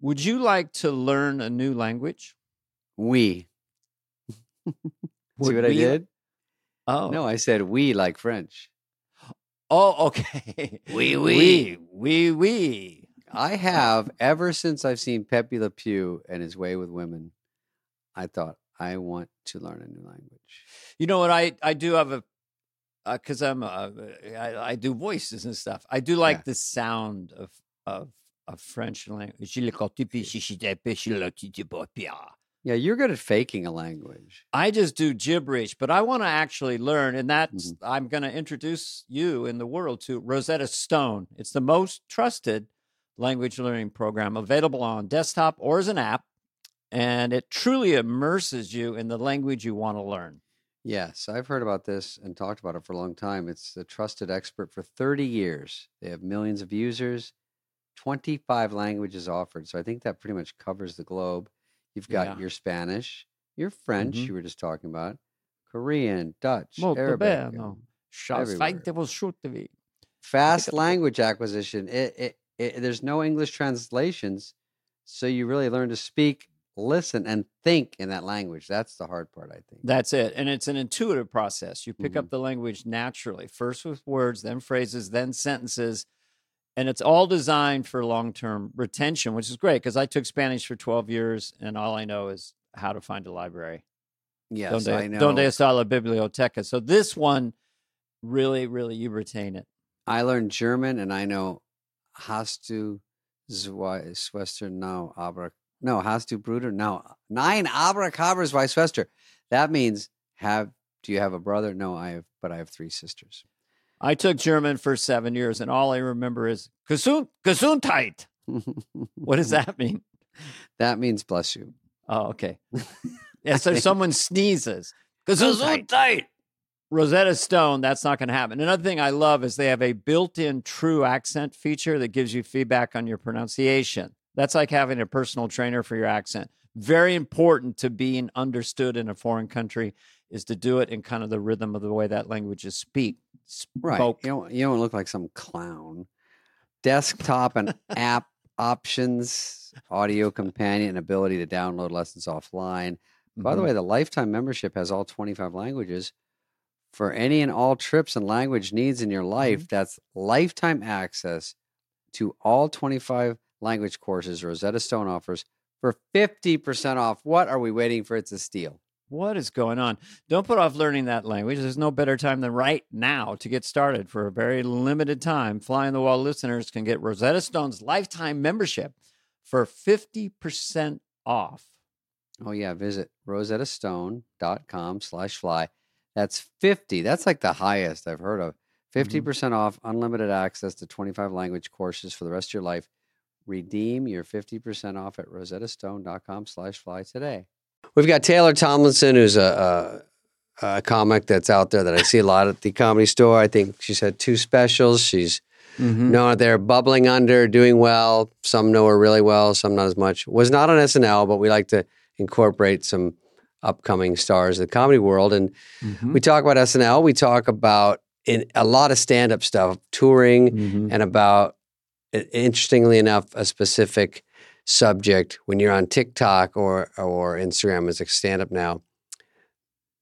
Would you like to learn a new language? We. See Would what I we- did? Oh. No, I said we like French. Oh, okay. Oui, we, we, we. I have ever since I've seen Pepe Le Pew and his way with women. I thought I want to learn a new language. You know what? I I do have a because I'm a, I, I do voices and stuff. I do like Yeah. the sound of of of French language. Yeah, you're good at faking a language. I just do gibberish, but I want to actually learn, and that's I'm going to introduce you in the world to Rosetta Stone. It's the most trusted language learning program available on desktop or as an app, and it truly immerses you in the language you want to learn. Yes, I've heard about this and talked about it for a long time. It's a trusted expert for 30 years. They have millions of users, 25 languages offered. So I think that pretty much covers the globe. You've got Yeah. your Spanish, your French, Mhm. you were just talking about, Korean, Dutch, Molto Arabic. bene. and- Shots Everywhere. fight that will shoot the way. fast up- language acquisition. It, it, it there's no English translations, so you really learn to speak, listen, and think in that language. That's the hard part, I think. That's it. And it's an intuitive process. You pick Mhm. up the language naturally, first with words, then phrases, then sentences. And it's all designed for long term retention, which is great because I took Spanish for 12 years and all I know is how to find a library. yes, Donde, I know. donde está la biblioteca? So this one really, really, you retain it. I learned German, and I know hast du zwei Schwester now aber no hast du Bruder now nine abracabras zwei Schwester. That means have. Do you have a brother? No, I have, but I have three sisters. I took German for seven years and all I remember is Gesund, Gesundheit. What does Mm-hmm. that mean? that means bless you. Oh, okay. Yeah, so think- someone sneezes. Gesundheit. Rosetta Stone, that's not going to happen. Another thing I love is they have a built in true accent feature that gives you feedback on your pronunciation. That's like having a personal trainer for your accent. Very important to being understood in a foreign country is to do it in kind of the rhythm of the way that language is speak. Right. spoke. You don't you don't look like some clown. Desktop and app options, audio companion, and ability to download lessons offline. By the Mm-hmm. way, the lifetime membership has all 25 languages. For any and all trips and language needs in your life, that's lifetime access to all 25 language courses Rosetta Stone offers for 50% off. What are we waiting for? It's a steal. What is going on? Don't put off learning that language. There's no better time than right now to get started. For a very limited time, Fly on the Wall listeners can get Rosetta Stone's lifetime membership for 50% off. Oh yeah, visit rosettastone.com slash fly. That's 50. That's like the highest I've heard of. 50% percent off unlimited access to 25 language courses for the rest of your life. Redeem your 50% off at rosettastone.com slash fly today. We've got Taylor Tomlinson, who's a, a, a comic that's out there that I see a lot at the comedy store. I think she's had two specials. She's Hmm. no, they're bubbling under, doing well. Some know her really well, some not as much. Was not on SNL, but we like to incorporate some upcoming stars of the comedy world. And Hmm. we talk about SNL. We talk about in a lot of stand-up stuff, touring, and about i- interestingly enough, a specific subject. When you're on TikTok or or Instagram as a stand-up now,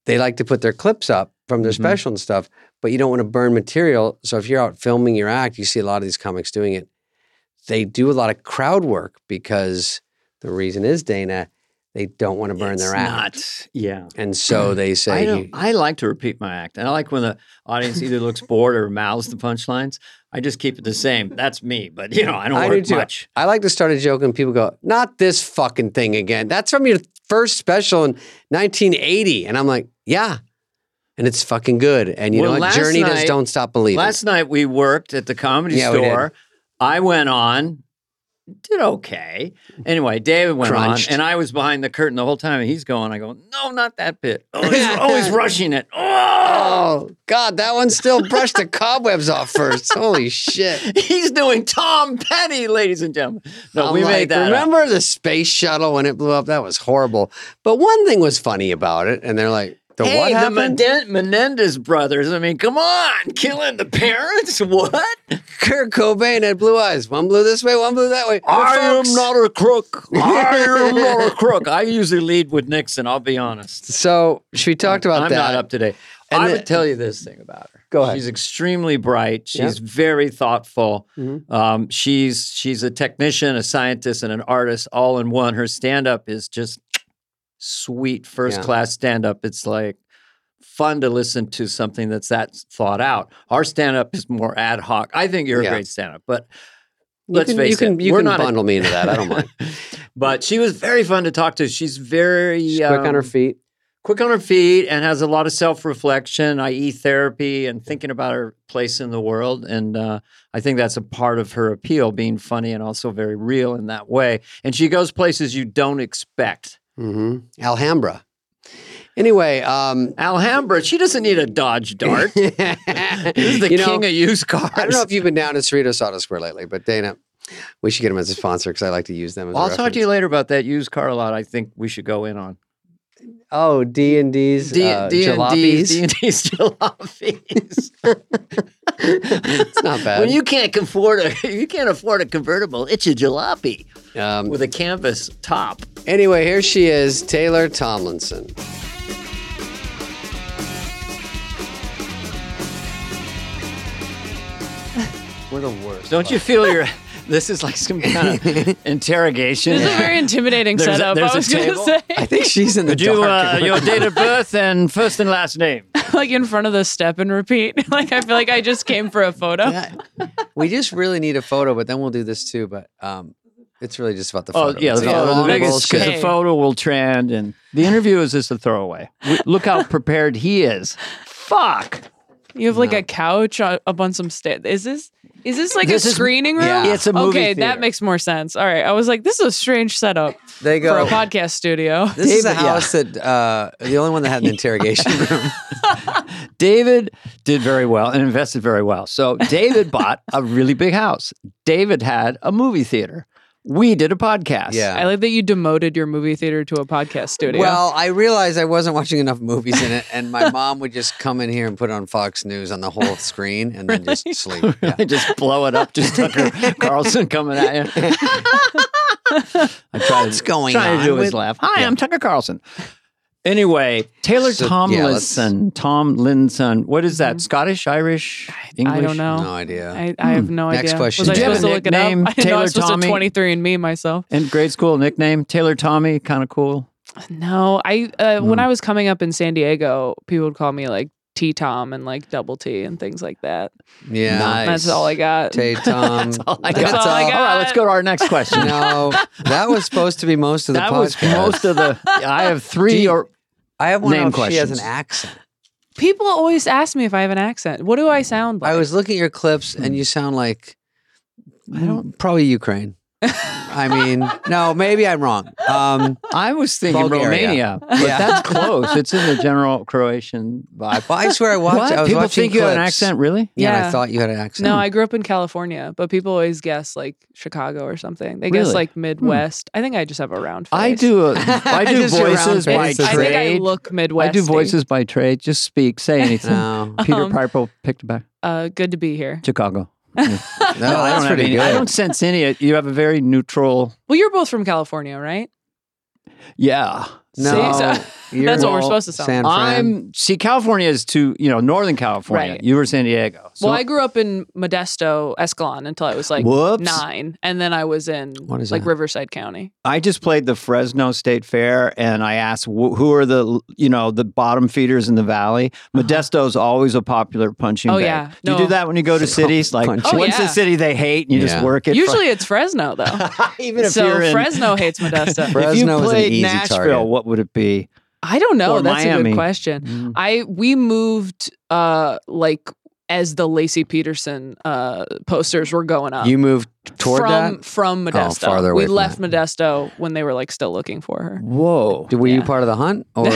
they like to put their clips up from their Mhm. special and stuff, but you don't want to burn material. So if you're out filming your act, you see a lot of these comics doing it. They do a lot of crowd work because the reason is Dana, they don't want to burn their act. yeah. And so they say, I, don't, you- I like to repeat my act. And I like when the audience either looks bored or mouths the punchlines. I just keep it the same. That's me. But, you know, I don't I do work too. much. I like to start a joke and people go, not this fucking thing again. That's from your first special in 1980. And I'm like, yeah. And it's fucking good. And you Well, know what? last Journey does night- Don't Stop Believing. Last night we worked at the comedy Yeah, we did. store. I went on, did okay. Anyway, David went Crunched. on, and I was behind the curtain the whole time, and he's going. I go, no, not that bit. Oh, he's always rushing it. Oh, oh, God, that one still brushed the cobwebs off first. Holy shit. he's doing Tom Petty, ladies and gentlemen. No, I'm we like, made that. up. Remember the space shuttle when it blew up? That was horrible. But one thing was funny about it. And they're like, The hey, what the happened? Menden- Menendez brothers. I mean, come on, killing the parents. What? Kurt Cobain had blue eyes. One blew this way, one blew that way. I Fox. am not a crook. I am not a crook. I usually lead with Nixon. I'll be honest. So she talked about I'm that. not up to date. And I the- would tell you this thing about her. Go ahead. She's extremely bright. She's very thoughtful. Mhm. Um, she's she's a technician, a scientist, and an artist all in one. Her stand up is just sweet first class stand up. It's like fun to listen to something that's that thought out. Our stand up is more ad hoc. I think you're Yeah. a great stand up, but You let's can- face you can, it, You we're can not a- bundle me into that. I don't mind. but she was very fun to talk to. She's very She's quick on her um, feet. quick on her feet and has a lot of self-reflection i.e therapy and thinking about her place in the world and uh, i think that's a part of her appeal being funny and also very real in that way and she goes places you don't expect hmm Mm-hmm. Alhambra. Anyway, um, alhambra she doesn't need a dodge dart you this is the know, king of used cars I don't know if you've been down to Cerritos Auto Square lately, but Dana, we should get them as a sponsor because I like to use them. As a Well, I'll talk to reference. you later about that used car lot. I think we should go in on Oh, D and D's, D uh, and D's, D jalopies. and D's jalopies. It's not bad. When you can't afford a you can't afford a convertible, it's a jalopy um, with a canvas top. Anyway, here she is, Taylor Tomlinson. We're the worst. Don't you feel your this is like some kind of interrogation? This is a very intimidating There's a- setup. there's I a was going to table. say, I think she's in the Could you dark. uh, your date of birth and first and last name? like in front of the step and repeat. like I feel like I just came for a photo. uh, we just really need a photo, but then we'll do this too. But um, it's really just about the Oh photo. yeah, It's the, all photo- the long biggest bullshit. because the Hey. photo will trend, and the interview is just a throwaway. We- Look how prepared he is. Fuck. You have like a couch o- up on some stairs. Is this is this like This a is- screening room? yeah. It's a movie okay, theater. that makes more sense. All right, I was like, this is a strange setup They for go. a podcast studio. This is a David- yeah. house that uh, the only one that had an interrogation room. David did very well and invested very well. So David bought a really big house. David had a movie theater. We did a podcast. Yeah. I like that you demoted your movie theater to a podcast studio. Well, I realized I wasn't watching enough movies in it, and my mom would just come in here and put on Fox News on the whole screen, and then just sleep. Yeah. just blow it up. Just Tucker Carlson coming at you. I tried, What's going trying on to do his with- laugh. Hi, Yeah. I'm Tucker Carlson. Anyway, Taylor So, yeah, let's- Mm-hmm. Tomlinson. Tomlinson. What is that? Scottish, Irish, English? Hmm. I don't know. No idea. I, I have no Next idea. question, Was I Did you have supposed to a look it up? I nickname, didn't know I Taylor was supposed Tommy? to 23 and me myself. In grade school, nickname Taylor Tommy, kind of cool. No, I uh, when Hmm. I was coming up in San Diego, people would call me like T Tom and like Double T and things like that. yeah, That's all I got. Tay Tom. That's all I That's got. all I got. all right, let's go to our next question. No, that was supposed to be most of the that was podcast. most of the. I have Do three you- or I have one. name Name she has questions. an accent. People always ask me if I have an accent. What do Mm-hmm. I sound like? Hmm. I was looking at your clips, and you sound like I don't probably Ukraine. I mean, no, maybe I'm wrong. Um, I was thinking Bulgaria. Romania, but Yeah. that's close. It's in the general Croatian vibe. well, I swear I watched. I was People watching think you have an clips, accent, really? Yeah, and I Yeah. thought you had an accent. no, I grew up in California, but people always guess like Chicago or something. They Really? Hmm. guess like Midwest. I think I just have a round face. I do. A, I do Just your round voices by face. trade. It's- I think I look I Midwest. do voices by trade. Just speak. Say anything. No, Peter Um, Piper picked back Uh, good to be here. Chicago. no, that's don't have pretty any- good. I don't sense any. You have a very neutral. Well, you're both from California, right? Yeah. no, See, so- you're- That's what well, we're supposed to sound. San like. Fran. I'm see. California is to you know Northern California. Right. You were San Diego. So well, I grew up in Modesto, Escalon, until I was like Whoops. nine, and then I was in What is like that? Riverside County. I just played the Fresno State Fair, and I asked wh- who are the you know the bottom feeders in the valley. Modesto's always a popular punching. Uh-huh. Oh, bag. yeah. Do you No. do that when you go to cities. Like punching. Oh, what's yeah. the city they hate, and you Yeah. just work it. Usually, it's Fresno though. for, even if so you're in Fresno hates Modesto. if you Fresno is an played easy Nashville, target. what would it be? I don't know. Or That's a Miami. good question. Mm. I we moved uh like as the Lacey Peterson uh posters were going up. you moved toward uh, from that. Oh, from Modesto. farther away we from left that. Modesto when they were like still looking for her. Whoa! Were you Yeah. part of the hunt, or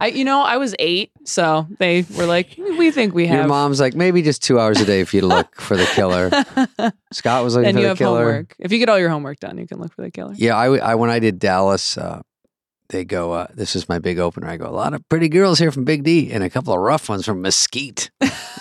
I you know, I was 8, so they were like we think we your have mom's like maybe just two hours a day for you to look for the killer? Scott was looking and for you the have killer. homework. If you get all your homework done, you can look for the killer. Yeah, I, w- I- when I did Dallas, uh, they go, uh, this is my big opener. I go, a lot of pretty girls here from Big D and a couple of rough ones from Mesquite.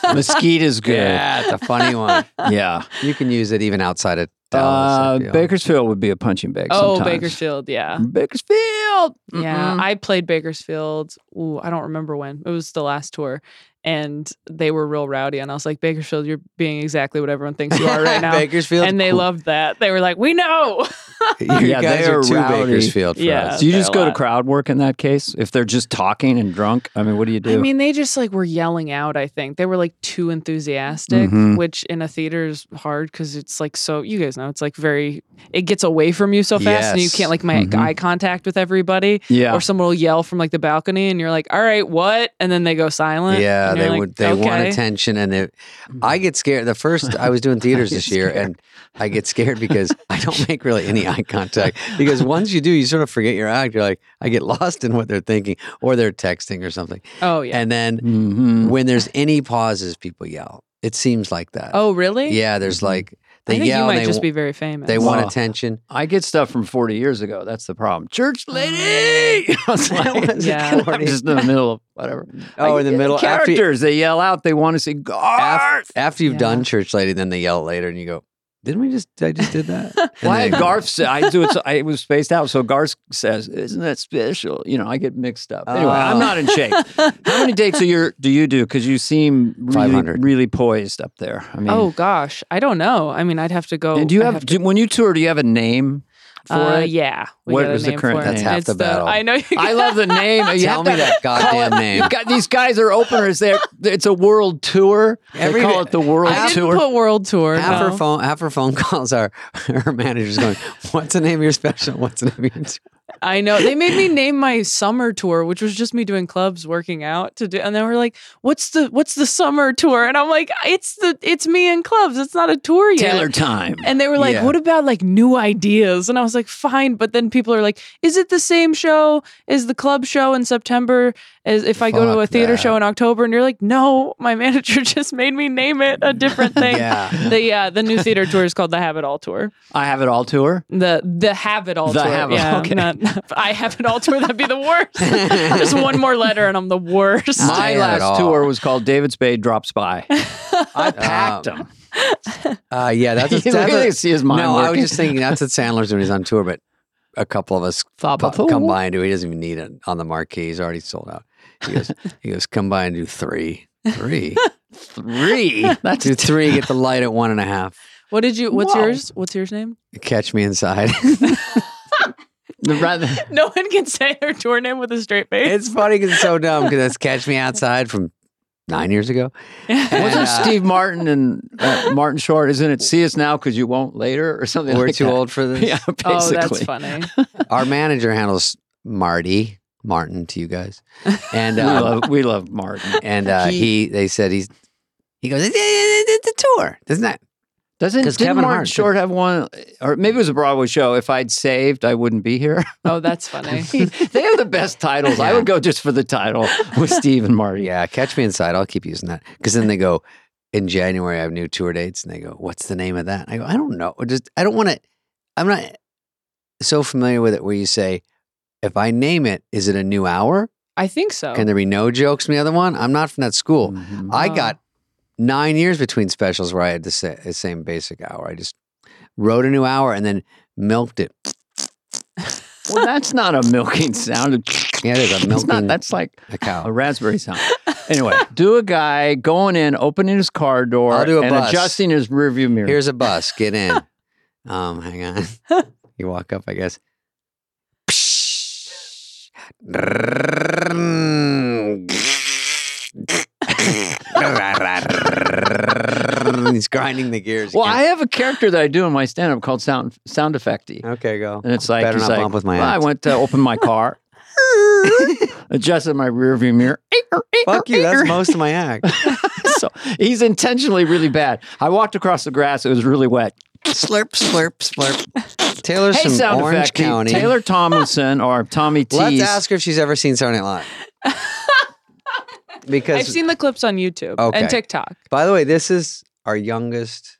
Mesquite is good. Yeah, it's a funny one. Yeah. You can use it even outside of Uh, Dallas. I feel. Bakersfield would be a punching bag. Oh, sometimes. Bakersfield, yeah. Bakersfield. Yeah, Mm-hmm. Mm-mm. I played Bakersfield. Ooh, I don't remember when. It was the last tour, and they were real rowdy. And I was like, Bakersfield, you're being exactly what everyone thinks you are right now. Bakersfield, and they cool. loved that. They were like, "We know." You Yeah, guys they are are two rowdy. Bakersfield. For Yeah. us. Do you Fair just go to lot. crowd work in that case? If they're just talking and drunk, I mean, what do you do? I mean, they just like were yelling out. I think they were like too enthusiastic, Mm-hmm. Mhm. which in a theater is hard because it's like so. You guys know it's like very. It gets away from you so fast, and you Yes. Mm-hmm. can't like make Mhm. eye contact with everybody. yeah. Or someone will yell from like the balcony, and you're like, "All right, what?" And then they go silent. Yeah, and you're they like, would. They want "Okay." attention, and it, I get scared. The first I was doing theaters this get year, scared. and I get scared because I don't make really any eye contact. Because once you do, you sort of forget your act. You're like, I get lost in what they're thinking, or they're texting or something. Oh yeah. And then Mhm. when there's any pauses, people yell. It seems like that. oh really? yeah. There's like they I yell. think you and might they just wa- be very famous. they Wow. want attention. I get stuff from 40 years ago. That's the problem. Church lady. Mm-hmm. I was like, That was Yeah. 40. just in the middle of whatever. Oh, I- in the middle after you- Characters, they yell out. They want to see Garth. Af- after you've Yeah. done church lady, then they yell later, and you go, "Didn't we just? I just did that." And Why they go, Garth said I do it. So, I was spaced out. So Garth says, "Isn't that special?" You know, I get mixed up. Anyway, I'm Oh. not in shape. How many dates a year do you do? Because you seem really, 500. really poised up there. I mean, Oh gosh, I don't know. I mean, I'd have to go. and do you oh, I'd have, to do, when you tour? Do you have a name for uh, it? Yeah. we What got a was the name current- for it. that's half It's the battle. I know. You I love the name. You Tell have me to- that goddamn name. You've got these guys are openers. They're it's a world tour. Every they call day- it the world I didn't tour. put world tour. Half no. her phone, half her phone calls are her manager's going. What's the name of your special? What's the name of your? I know. They made me name my summer tour, which was just me doing clubs, working out to do. And they were like, "What's the What's the summer tour?" And I'm like, "It's the It's me in clubs. It's not a tour yet." Taylor time. And they were like, Yeah. "What about like new ideas?" And I was like, "Fine." But then people are like, "Is it the same show? Is the club show in September? As if I go to a Fuck theater that. show in October?" And you're like, "No, my manager just made me name it a different thing." Yeah, The uh, the new theater tour is called the Have It All Tour. I have it all tour. The the Have It All The Tour. Have It All, yeah, okay. not- I Have It All Tour. That'd be the worst. just one more letter, and I'm the worst. My- My Say it last all. tour was called David Spade Drops By. Um, I packed him. uh, yeah. That's, You a, that's really a- see his mind no. I was working. just thinking that's what Sandler's when he's on tour, but a couple of us Papa po- come Pool. by and do. He doesn't even need it on the marquee. He's already sold out. He goes, he goes, come by and do three, three, Three. That's do three. Get the light at one and a half. What did you? What's Whoa. yours? What's yours name? Catch me inside. the rather. No one can say their tour name with a straight face. it's funny because it's so dumb. Because that's Catch Me Outside from nine years ago. uh, Wasn't Yeah. Steve Martin and uh, Martin Short? Isn't it see us now because you won't later or something? We're like too that? old for this. Yeah, basically. oh, that's funny. Our manager handles Marty Martin to you guys, and We um, love, we love Martin. and uh, He- he, they said he's he goes it's, it's a tour, doesn't that? Doesn't 'Cause didn't Kevin Martin Hart- Short have one, or maybe it was a Broadway show? If I'd saved, I wouldn't be here. Oh, that's funny. they have the best titles. I would go just for the title with Steve and Marty. Yeah, catch me inside. I'll keep using that because then they go in January. I have new tour dates, and they go, "What's the name of that?" I go, "I don't know. Just I don't want to. I'm not so familiar with it. Where you say, if I name it, is it a new hour? I think so. Oh. Can there be no jokes in the other one? I'm not from that school. Mhm. I Oh. got nine years between specials where I had the sa- the same basic hour. I just wrote a new hour and then milked it. Well, that's not a milking sound. Yeah, it is a It's not, milking- that's like A a cow. raspberry sound. Anyway, do a guy going in, opening his car door, I'll do a and bus. adjusting his rearview mirror. Here's a bus. Get in. Um, hang on. You walk up, I guess. He's grinding the gears. well, I again. have a character that I do in my stand-up called sound sound effecty, okay, go. and it's like Better he's not like, bump with my "Well, I act." went to open my car, adjusted my rearview mirror. Fuck you. That's most of my act. so he's intentionally really bad. I walked across the grass; it was really wet. slurp, slurp, slurp. Taylor's hey, from sound Orange effect, County. Taylor Tomlinson or Tommy T. Let's ask her if she's ever seen Saturday Night Live. because, I've seen the clips on YouTube Okay. and TikTok. by the way, this is our youngest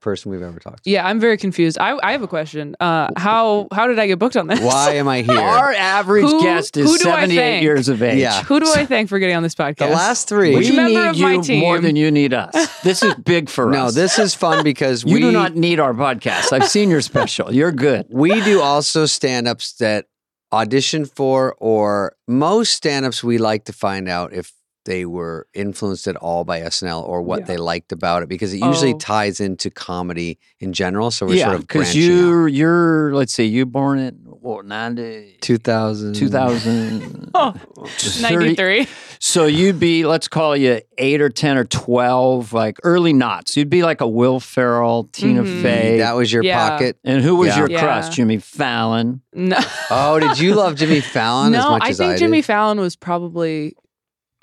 person we've ever talked to. Yeah, I'm very confused. I, I have a question. Uh, how how did I get booked on this? Why am I here? Our average Who- guest who is do I 78 thank? years of age. Yeah. Who do I thank for getting on this podcast? the last We three. Which member need of you my more team? than you need us. This is big for no, us. this is fun because you we do not need our podcast. I've seen your special. You're good. we do also stand ups that audition for, or most stand ups we like to find out if they were influenced at all by SNL or what Yeah. they liked about it because it usually Oh. ties into comedy in general. So we're yeah, sort of branching out. you're you're let's see, you born in what 90 2000. 2000 Oh, 30 93. So you'd be, let's call you eight or ten or twelve, like early knots. You'd be like a Will Ferrell, Tina Mhm. Fey. Mm, That was your Yeah. pocket. and who was Yeah. your Yeah. crush? Jimmy Fallon. No. Oh, did you love Jimmy Fallon as no, much I as think I Jimmy did? Fallon was probably.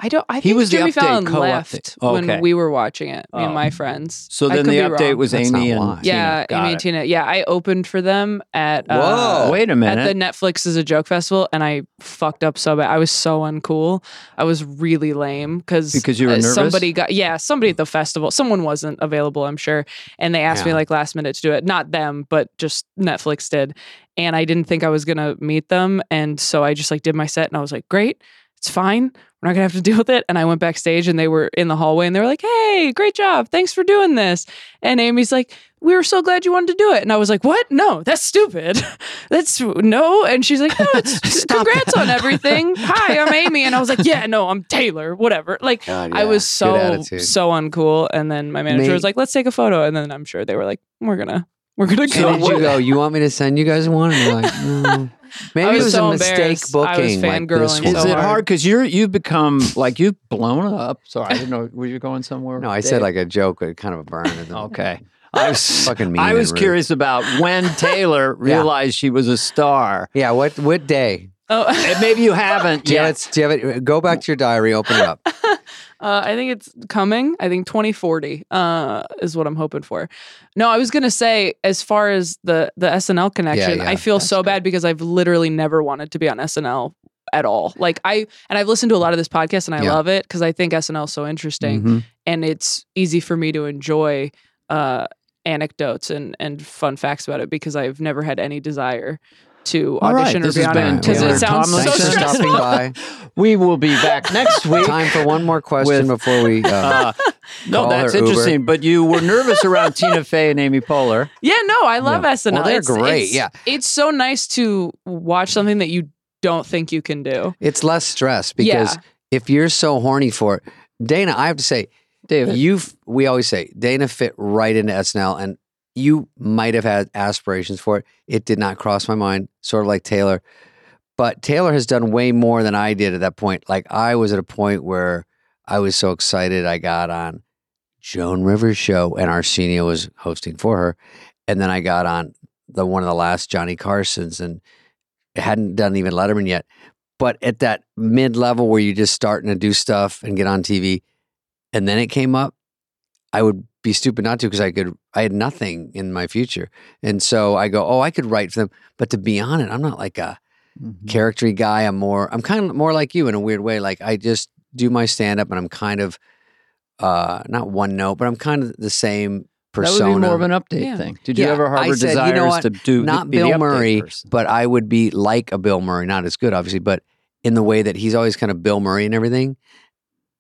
I don't. I He think was the Jimmy update, Fallon co-update. left Okay. when we were watching it. Me Oh. and my friends. So I then could the be update wrong. was That's Amy not and why. Tina. yeah, Got Amy it. and Tina. Yeah, I opened for them at Whoa. uh, Wait a at the minute. Netflix is a joke festival, and I fucked up so bad. I was so uncool. I was really lame because Because you were nervous? uh, Somebody got yeah, somebody at the festival. Someone wasn't available, I'm sure, and they asked me Yeah. like last minute to do it. Not them, but just Netflix did, and I didn't think I was gonna meet them, and so I just like did my set, and I was like, great. It's fine. We're not gonna have to deal with it. And I went backstage, and they were in the hallway, and they were like, "Hey, great job! Thanks for doing this." And Amy's like, "We were so glad you wanted to do it." And I was like, "What? No, that's stupid. That's no." And she's like, "No, it's, Stop congrats that. on everything. Hi, I'm Amy." And I was like, "Yeah, no, I'm Taylor. Whatever." Like, God, I yeah. was Good so attitude. so uncool. And then my manager Mate. was like, "Let's take a photo." And then I'm sure they were like, "We're gonna, we're gonna So go." did you go? You want me to send you guys one? And you're like, no. Maybe I it was was so a mistake embarrassed. I was booking. like this fangirling one. Is so it hard. hard? Because you're you've become like you've blown up. Sorry, I didn't know. Were you going somewhere? No, I said Dave? like a joke, but kind of a burn. And then- okay. I was Fucking mean I and was rude. curious about when Taylor realized she was a star. Yeah. What what day? oh, And maybe you haven't Do you, have yet. it, do you have it? Go back to your diary. Open it up. Uh, I think it's coming. I think 2040 uh, is what I'm hoping for. No, I was gonna say as far as the the SNL connection, yeah, I feel that's so good. bad because I've literally never wanted to be on SNL at all. Like I and I've listened to a lot of this podcast and I Yeah. love it because I think SNL is so interesting Mhm. and it's easy for me to enjoy uh, anecdotes and and fun facts about it because I've never had any desire to All right, audition this or be has on been it because Taylor it sounds Tomlinson. so Thanks for stressful. stopping by. We will be back next week. Time for one more With- question before we. Uh, Uh, no, Call that's her Uber. interesting. But you were nervous around Tina Fey and Amy Poehler. Yeah, no, I love SNL. Well, they're It's- great, it's- yeah. it's so nice to watch something that you don't think you can do. it's less stress because Yeah. if you're so horny for it, Dana, I have to say, David, you. We always say Dana fit right into SNL, and you might have had aspirations for it. It did not cross my mind. Sort of like Taylor, but Taylor has done way more than I did at that point. Like I was at a point where I was so excited. I got on Joan Rivers' show, and Arsenio was hosting for her, and then I got on the one of the last Johnny Carson's, and hadn't done even Letterman yet. But at that mid level where you're just starting to do stuff and get on TV, and then it came up, I would be stupid not to because I could. I had nothing in my future, and so I go, oh, I could write for them. But to be on it, I'm not like a Mm-hmm. character guy. I'm more. I'm kind of more like you in a weird way. Like I just do my stand up, and I'm kind of uh not one note, but I'm kind of the same persona. That would be more of an update Yeah. thing. Did you Yeah, ever I harbor said, you know desires what? to do not be the Bill update Murray, person? but I would be like a Bill Murray, not as good, obviously, but in the way that he's always kind of Bill Murray and everything.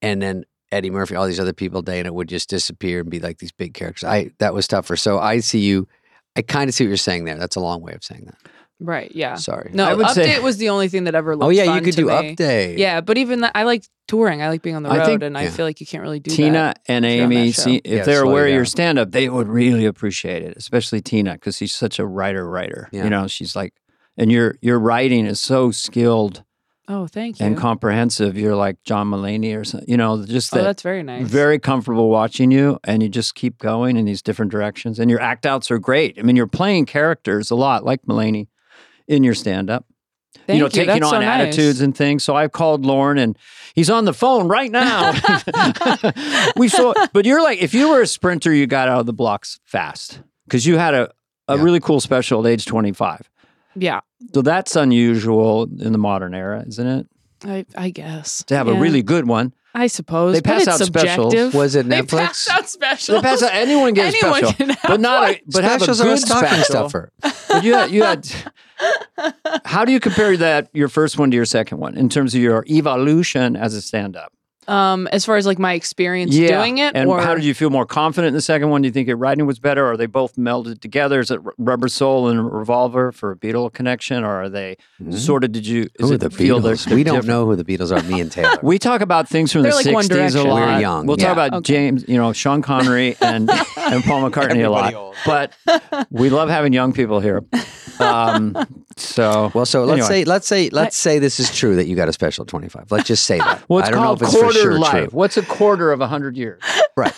And then Eddie Murphy, all these other people, Dana would just disappear and be like these big characters. I that was tougher. So I see you. I kind of see what you're saying there. That's a long way of saying that. Right. Yeah. Sorry. No, I would update say- was the only thing that ever looked oh yeah, you fun could to do me. update. Yeah, but even that, I like touring. I like being on the I road, think- and I yeah. feel like you can't really do Tina and if you're on that Amy, show. see, if Yeah, they're slow you aware of your down. stand up, they would really appreciate it, especially Tina, because she's such a writer writer. Yeah. You know, she's like, and your your writing is so skilled that. Oh, thank you. and comprehensive. You're like John Mulaney or something. You know, just oh, that that's very nice. very comfortable watching you and you just keep going in these different directions and your act outs are great i mean you're playing characters a lot like Mulaney in your stand-up Thank you know taking That's on so nice. attitudes and things so i've called lauren and he's on the phone right now we saw but you're like if you were a sprinter you got out of the blocks fast because you had a, a Yeah. really cool special at age 25 Yeah, so that's unusual in the modern era isn't it I, I guess to have Yeah. a really good one I suppose. They but pass it's out subjective. specials. Was it They Netflix? pass out They specials. pass out, anyone gets Anyone special, can have but not one. a but have a Specials good are a stocking special. stuffer. But you had, you had. How do you compare that your first one to your second one in terms of your evolution as a stand-up? um, as far as like my experience doing it, and or how did you feel more confident in the second one? Do you think your writing was better? Or are they both melded together? Is it R- Rubber Soul and Revolver for a Beatle connection, or are they sort of? Did you? Is Who are it Mm-hmm. the feel they're- Beatles? they're We don't different? know who the Beatles are. Me and Taylor. We talk about things from They're the like One '60s a Direction. lot. We're young, We'll yeah. talk about Okay. James, you know, Sean Connery and and Paul McCartney a lot. But we love having young people here. Um, so Well, so let's Anyway. say let's say let's say this is true that you got a special twenty five. Let's just say that. Well, it's I don't know called if it's quarter for sure life. true. What's a quarter of a hundred years? Right.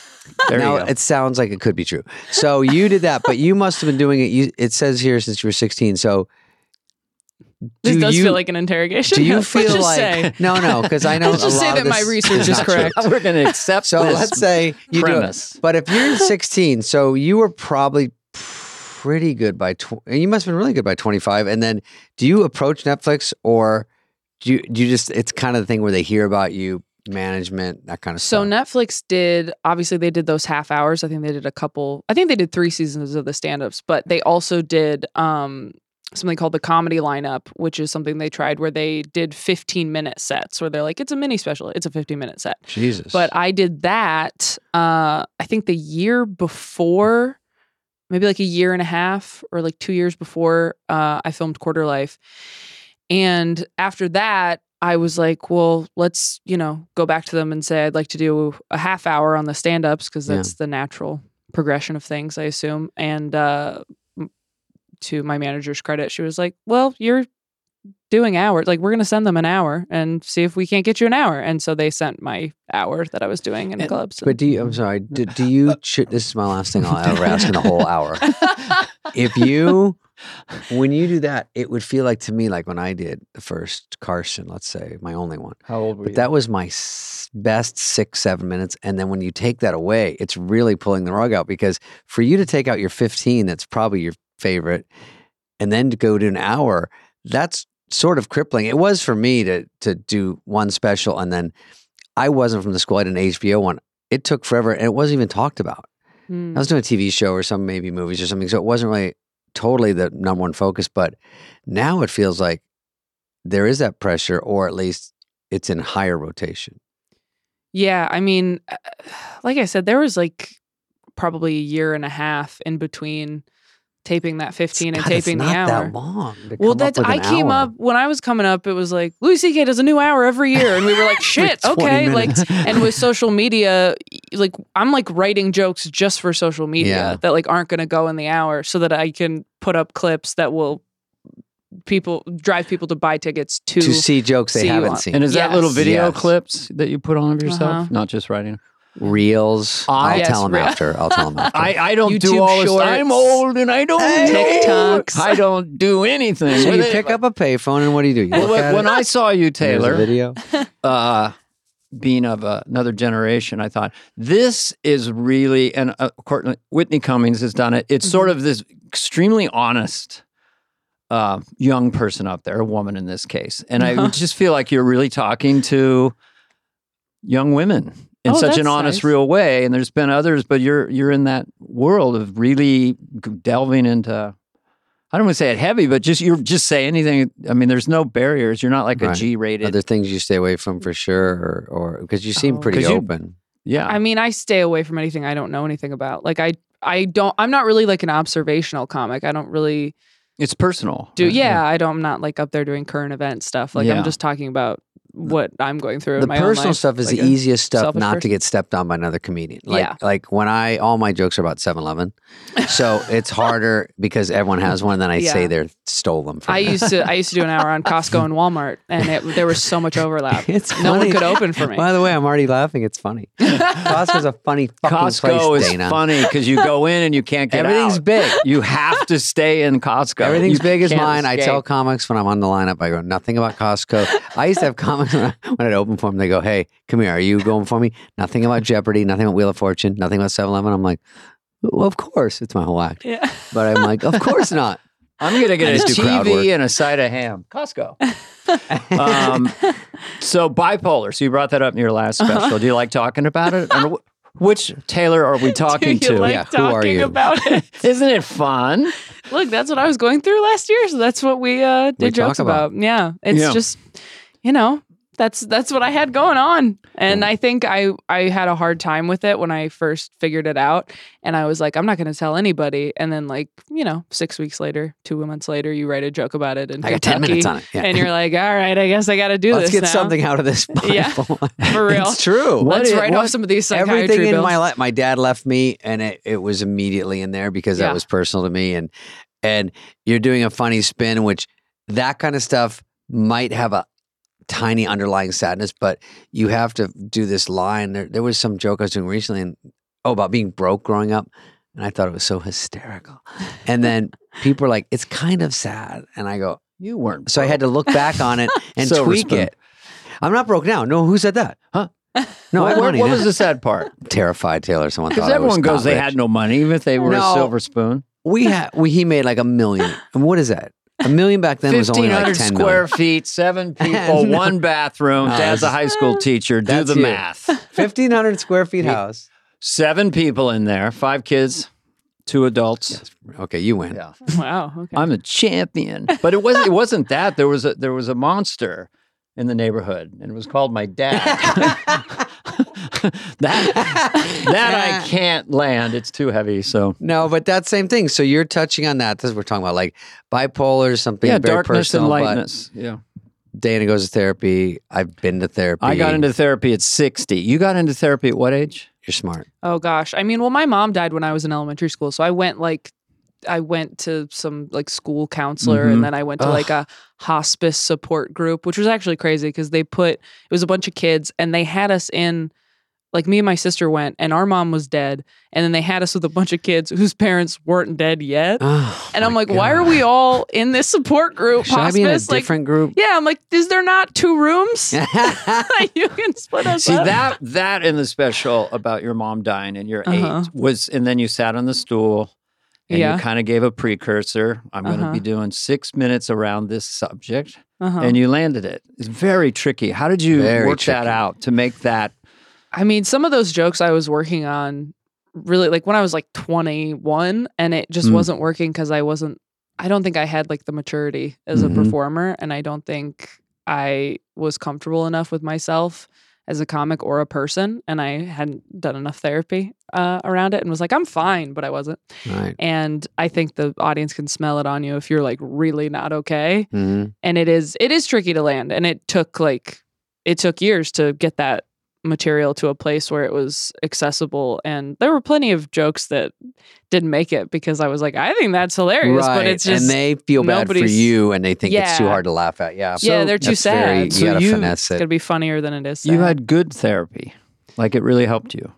There now you go. it sounds like it could be true. So you did that, but you must have been doing it. You, it says here since you were sixteen. So this do does you- feel like an interrogation? do you Let's feel just like say. no, no? Because I know Let's a just say lot of that my this research is not true. correct. We're going to accept So this. let's say you premise. do it. But if you're 16, so you were probably pretty good by tw- and you must have been really good by 25. And then do you approach Netflix or do you, do you just it's kind of the thing where they hear about you, management, that kind of So stuff. Netflix did obviously they did those half hours. I think they did a couple. I think they did three seasons of the stand-ups, but they also did um something called the comedy lineup, which is something they tried where they did 15 minute sets where they're like it's a mini special, it's a 15 minute set. Jesus. But I did that uh I think the year before maybe like a year and a half or like 2 years before uh I filmed Quarter Life. And after that, I was like, well, let's, you know, go back to them and say I'd like to do a half hour on the stand-ups because Yeah. that's the natural progression of things, I assume. And uh m- to my manager's credit, she was like, "Well, you're doing hours. Like we're going to send them an hour and see if we can't get you an hour." And so they sent my hour that I was doing in And- clubs. but do you, I'm sorry, do, do you, ch- this is my last thing I'll ever ask in the whole hour. if you when you do that it would feel like to me like when i did the first carson let's say my only one How old were but you? that was my s- best six seven minutes and then when you take that away it's really pulling the rug out because for you to take out your 15 that's probably your favorite and then to go to an hour that's sort of crippling it was for me to to do one special and then i wasn't from the school i did an hbo one it took forever and it wasn't even talked about Hmm. I was doing a TV show or some maybe movies or something, so it wasn't really totally the number one focus. But now it feels like there is that pressure, or at least it's in higher rotation. Yeah, I mean, like I said, there was like probably a year and a half in between taping that 15 and God, it's taping the not hour. that long. to come Well, up that's with I an came hour. up when I was coming up. It was like Louis C.K. does a new hour every year, and we were like, "Shit, 20 okay." Like, minutes. and with social media, y- like I'm like writing jokes just for social media Yeah. that like aren't going to go in the hour, so that I can put up clips that will people drive people to buy tickets to. to see jokes they see you haven't on- seen, and is that little Yes. video Yes. clips that you put on of yourself, Uh-huh. not just writing? reels. I- I'll Yes, tell them reel- after. I'll tell them after. I, I don't YouTube do all this. shorts. I'm old and I don't Hey. know. TikToks. I don't do anything. so with you it. pick up a payphone, and what do you do? You Well, look at when, when it, I saw you, and there's a Taylor, video. uh, being of uh, another generation, I thought this is really, and uh, of course, Whitney Cummings has done it. It's Mm-hmm. sort of this extremely honest uh, young person out there, a woman in this case, and I Uh-huh. just feel like you're really talking to young women in Oh, such an that's honest, nice. real way. And there's been others, but you're you're in that world of really g- delving into. I don't want to say it heavy, but just you're just say anything. I mean, there's no barriers. You're not like a Right. G-rated. Other things you stay away from for sure, or because you seem Oh. pretty 'Cause you- open. yeah, I mean, I stay away from anything I don't know anything about. Like I. I don't. I'm not really like an observational comic. I don't really It's personal. do. Mm-hmm. right? Yeah, I don't. I'm not like up there doing current event stuff. Like Yeah. I'm just talking about what I'm going through. the in my own personal life. stuff is like the a easiest stuff selfish not to person. get stepped on by another comedian like Yeah. like when i all my jokes are about 7-eleven so it's harder because everyone has one then i say Yeah. they're stole them from I me. used to I used to do an hour on Costco and Walmart, and it, there was so much overlap. it's No one funny. could open for me. by the way i'm already laughing it's funny costco's a funny fucking Costco place is dana funny because you go in and you can't get Everything's out. big. You have to stay in Costco. Everything's You big as can't mine. I escape. tell comics when I'm on the lineup, I go, nothing about Costco. I used to have comics when, I, when I'd open for them, they go, hey, come here. Are you going for me? Nothing about Jeopardy, nothing about Wheel of Fortune, nothing about 7 Eleven. I'm like, well, of course. It's my whole act. yeah. But I'm like, of course not. I'm gonna I get a just do crowd work. TV and a side of ham. Costco. Um, so bipolar. So you brought that up in your last Uh-huh. special. Do you like talking about it? And wh- which Taylor are we talking Do you to? like Yeah, who are talking you? about it? Isn't it fun? Look, that's what I was going through last year, so that's what we uh, did We talk jokes about. Yeah, it's Yeah. just you know that's that's what I had going on, and I think I I had a hard time with it when I first figured it out, and I was like, I'm not going to tell anybody, and then like you know, six weeks later, two months later, you write a joke about it, and I got 10 minutes on it. Yeah. and you're like, all right, I guess I got to do Let's this. get now." something out of this. Yeah. Bible. for real. It's true. What Let's it- write what- off some of these psychiatry Everything in bills. my life, my dad left me, and it, it was immediately in there because Yeah. that was personal to me. And and you're doing a funny spin, which that kind of stuff might have a tiny underlying sadness, but you have to do this line. There, there was some joke I was doing recently, and oh, about being broke growing up, and I thought it was so hysterical. And then people are like, "It's kind of sad," and I go, You weren't. so I had to look back on it and Silver tweak spoon. it. I'm not broke now. No, who said that? Huh? No, what, I have what, money. what now. was the sad part? terrified Taylor? Someone Because thought I was everyone goes, not they rich. had no money, even if they were No. a silver spoon. We had we, he made like a million. And what is that? A million back then was only Fifteen hundred like ten square million. feet, seven people, No. one bathroom. No, Dad's a that's- high school teacher. Do That's the you. math. Fifteen hundred square feet Yeah. house. Seven people in there, five kids, two adults. Yes. Okay, you win. Yeah. Wow. Okay. I'm a champion. But it wasn't it wasn't that. There was a there was a monster in the neighborhood and it was called my dad. that that I can't land. It's too heavy. So No, but that same thing. So you're touching on that. This is what we're talking about, like bipolar, something yeah, very darkness personal. and but lightness. Yeah. Dana goes to therapy. I've been to therapy. I got into therapy at 60. You got into therapy at what age? You're smart. Oh gosh. I mean, well, my mom died when I was in elementary school, so I went like I went to some like school counselor Mm-hmm. Mhm. and then I went to like a hospice support group, which was actually crazy because they put it was a bunch of kids and they had us in like me and my sister went and our mom was dead and then they had us with a bunch of kids whose parents weren't dead yet. Oh, and I'm my like, why are God. we all in this support group Should I hospice? be in a like different group? yeah, I'm like, is there not two rooms? you can split us See up. that that in the special about your mom dying and your Uh-huh. eight was and then you sat on the stool and Yeah. you kind of gave a precursor. I'm Uh-huh. gonna be doing six minutes around this subject. uh-huh. and you landed it. It's very tricky. How did you Very work tricky. that out to make that? I mean, some of those jokes I was working on really like when I was like 21 and it just Mm. wasn't working because I wasn't, I don't think I had like the maturity as Mhm. a performer. And I don't think I was comfortable enough with myself as a comic or a person. And I hadn't done enough therapy uh, around it and was like, I'm fine, but I wasn't. Right. And I think the audience can smell it on you if you're like really not okay hmm and it is it is tricky to land and it took like it took years to get that material to a place where it was accessible and there were plenty of jokes that didn't make it because I was like I think that's hilarious but it's just and they feel bad for nobody's- you, and they think it's too Yeah. hard to laugh at. Yeah, Yeah, they're too that's Very, you sad. So gotta you- finesse it's it. gonna be funnier than it is You sad. had good therapy. Like it really helped you.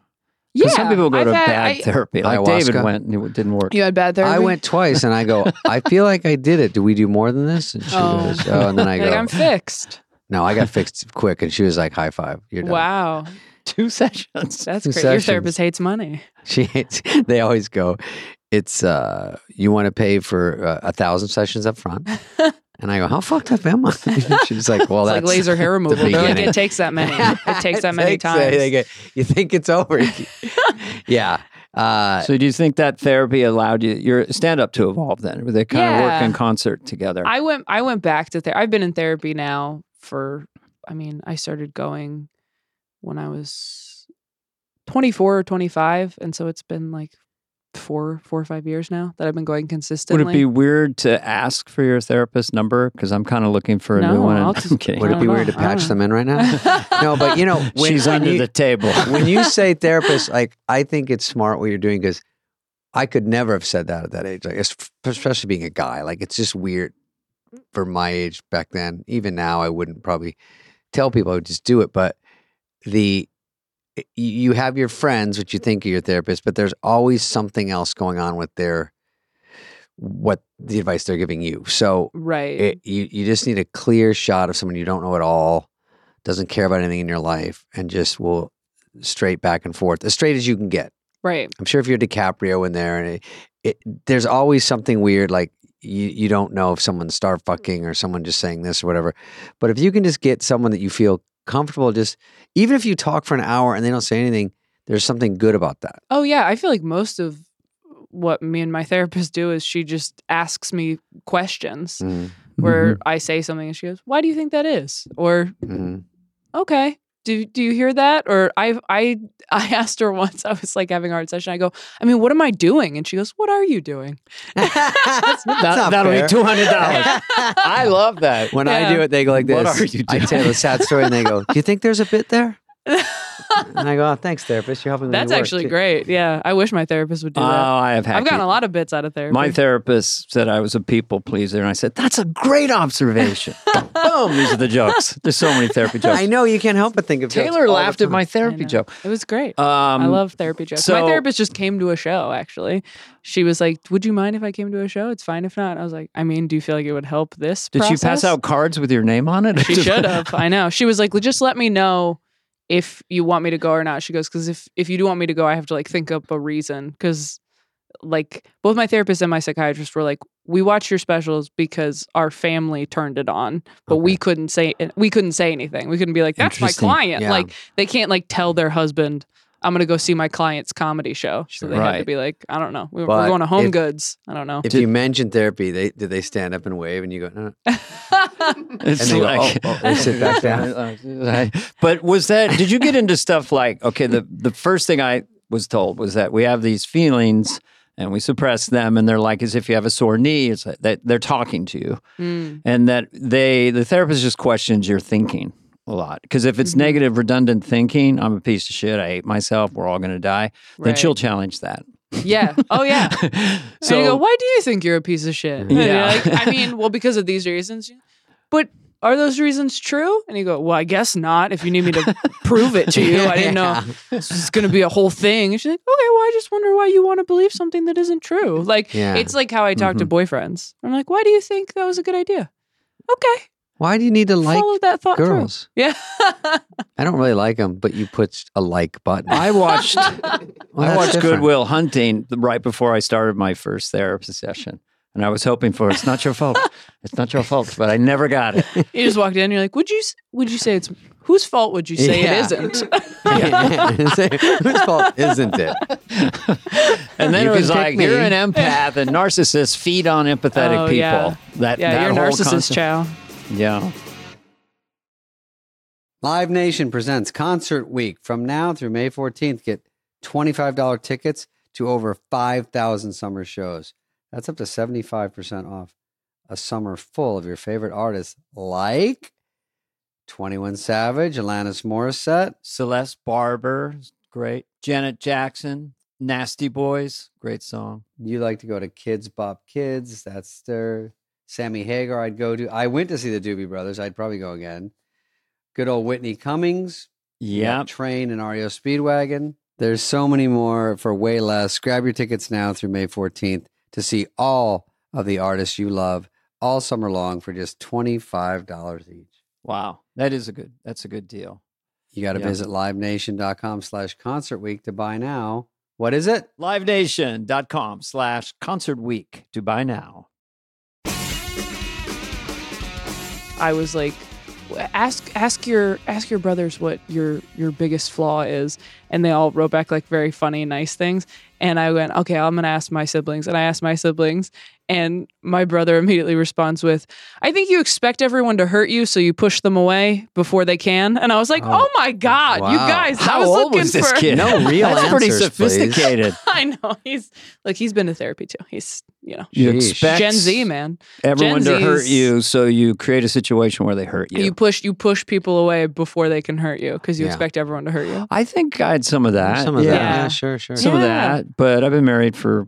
'Cause yeah Some people go I've to had- bad I- therapy. Like David Ayahuasca. went and it didn't work. you had bad therapy I went twice, and I go, I feel like I did it. Do we do more than this? And she Oh. goes, Oh, and then I like go, I'm fixed No, I got fixed quick, and she was like, High five, you're done. wow Two sessions. that's Two great your sessions. therapist hates money She, hates- they always go, It's uh, you want to pay for uh, a thousand sessions up front, and I go, How fucked up am I? She's like, Well, it's that's like laser hair removal They're like beginning. it takes that many it takes that many It takes- uh, times they get- you think it's over? yeah. Uh, So do you think that therapy allowed you your stand up to evolve then? Where they kind of work Yeah. in concert together. I went I went back to therapy. I've been in therapy now for I mean, I started going when I was 24 or 25 and so it's been like 4 4 or 5 years now that I've been going would consistently. it be weird to ask for your therapist number? Because I'm kind of looking for a No, new one. I'll I'm just- kidding. Would I it don't be know. weird to I don't patch know. them in right now? No, but you know, when, Uh-huh. She's when under you, the table. when you say therapist, like I think it's smart what you're doing because I could never have said that at that age, like es- especially being a guy. Like it's just weird for my age back then. Even now, I wouldn't probably tell people. I would just do it. But the y- you have your friends, which you think are your therapist, but there's always something else going on with their what the advice they're giving you. So right. it, you you just need a clear shot of someone you don't know at all, doesn't care about anything in your life, and just will straight back and forth as straight as you can get. right. I'm sure if you're DiCaprio in there, and it, it, there's always something weird. Like you, you don't know if someone's star Mm-hmm. fucking or someone just saying this or whatever. But if you can just get someone that you feel comfortable, just even if you talk for an hour and they don't say anything, there's something good about that. Oh yeah, I feel like most of what me and my therapist do is she just asks me questions Mm-hmm. Mhm, where I say something and she goes, "Why do you think that is?" or Mm-hmm. mhm. "Okay, do do you hear that?" or I I I asked her once I was like having a hard session. I go, "I mean, what am I doing?" and she goes, "What are you doing?" That's That, not that'll fair. be two hundred dollars. I love that. When I Yeah. do it, they go like this. What are you I tell doing? a sad story and they go, Do you think there's a bit there? And I go, oh, Thanks, therapist. You're helping me. That's work." actually great. Yeah, I wish my therapist would do Oh, that. I have I've hacked gotten it. a lot of bits out of therapy. My therapist said I was a people pleaser, and I said that's a great observation. Boom! These are the jokes. There's so many therapy jokes. I know you can't help but think of jokes all Taylor the laughed at time. my I therapy know. joke. it was great. Um, I love therapy jokes. so- My therapist just came to a show actually. She was like, "Would you mind if I came to a show? It's fine if not." And I was like, "I mean, do you feel like it would help this?" Did she pass process?" out cards with your name on it? She should have. I know. She was like, "Well, "Just let me know if you want me to go or not." She goes, "Because if if you do want me to go, I have to like think up a reason." Because like both my therapist and my psychiatrist were like, "We watched your specials because our family turned it on, but we couldn't say we couldn't say anything. We couldn't be like, that's my Interesting. client.' Yeah. Like they can't like tell their husband." I'm gonna go see my client's comedy show. So they had to Right. be like, I don't know. We, But we're going to Home if- Goods. I don't know. If you mention therapy, they do they stand up and wave, and you go, no, no. It's And they go, like, "Oh, oh, oh, sit back but was that? Did you get into stuff like okay? The the first thing I was told was that we have these feelings and we suppress them, and they're like as if you have a sore knee. It's like that they're talking to you, Mm. and that they the therapist just questions your thinking a lot because if it's Mhm. negative, redundant thinking, I'm a piece of shit. I hate myself. We're all gonna die. Then Right. she'll challenge that. Yeah. Oh yeah. so and you go, why do you think you're a piece of shit? And you're Yeah. like, I mean, well, because of these reasons. But are those reasons true? And you go, well, I guess not. If you need me to prove it to you, I didn't know this is going to be a whole thing. And she's like, okay, well, I just wonder why you want to believe something that isn't true. Like, Yeah. it's like how I talk Mm-hmm. to boyfriends. I'm like, why do you think that was a good idea? Okay, Why do you need to like follow that thought girls? through. Yeah. I don't really like them, but you put a like button. I watched. Well, I that's watched different. Goodwill Hunting the- right before I started my first therapy session. And I was hoping for it's not your fault. It's not your fault, but I never got it. you just walked in. You're like, would you s- would you say it's whose fault? Would you say Yeah. it isn't? Say, Whose fault isn't it? And then it You can was pick like me. you're an empath and narcissists feed on empathetic Oh, people. yeah. That that yeah, you're a whole narcissist, concept- chow. Yeah. Live Nation presents Concert Week from now through May 14th. Get $25 tickets to over 5,000 summer shows. That's up to 75% off a summer full of your favorite artists like 21 Savage, Alanis Morissette, Celeste Barber, great. Janet Jackson, Nasty Boys, great song. you like to go to Kids Bop Kids. That's their Sammy Hagar. I'd go to. I went to see the Doobie Brothers. I'd probably go again. Good old Whitney Cummings. You got Yeah. Train and REO Speedwagon. There's so many more for way less. Grab your tickets now through May 14th to see all of the artists you love all summer long for just $25 each. Wow. That is a good that's a good deal. You got to Yeah. visit livenation.com slash concert week to buy now. What is it? LiveNation.com slash concert week to buy now. I was like, ask ask your ask your brothers what your your biggest flaw is, and they all wrote back like very funny, nice things. And I went, okay, I'm gonna ask my siblings, and I asked my siblings, and my brother immediately responds with, I think you expect everyone to hurt you, so you push them away before they can. And I was like, Oh. oh, my god, you Wow. guys, How I was old looking was this for. kid? No real That's pretty answers, please. sophisticated. I know he's like he's been to therapy too. He's you know You Sheesh. expect Gen Z man. everyone to Gen hurt Zs. you, so you create a situation where they hurt you. You push you push people away before they can hurt you because you Yeah. expect everyone to hurt you. I think I had some of that. Some of yeah. that. Yeah, Yeah. sure, sure. Some of Yeah. that. But I've been married for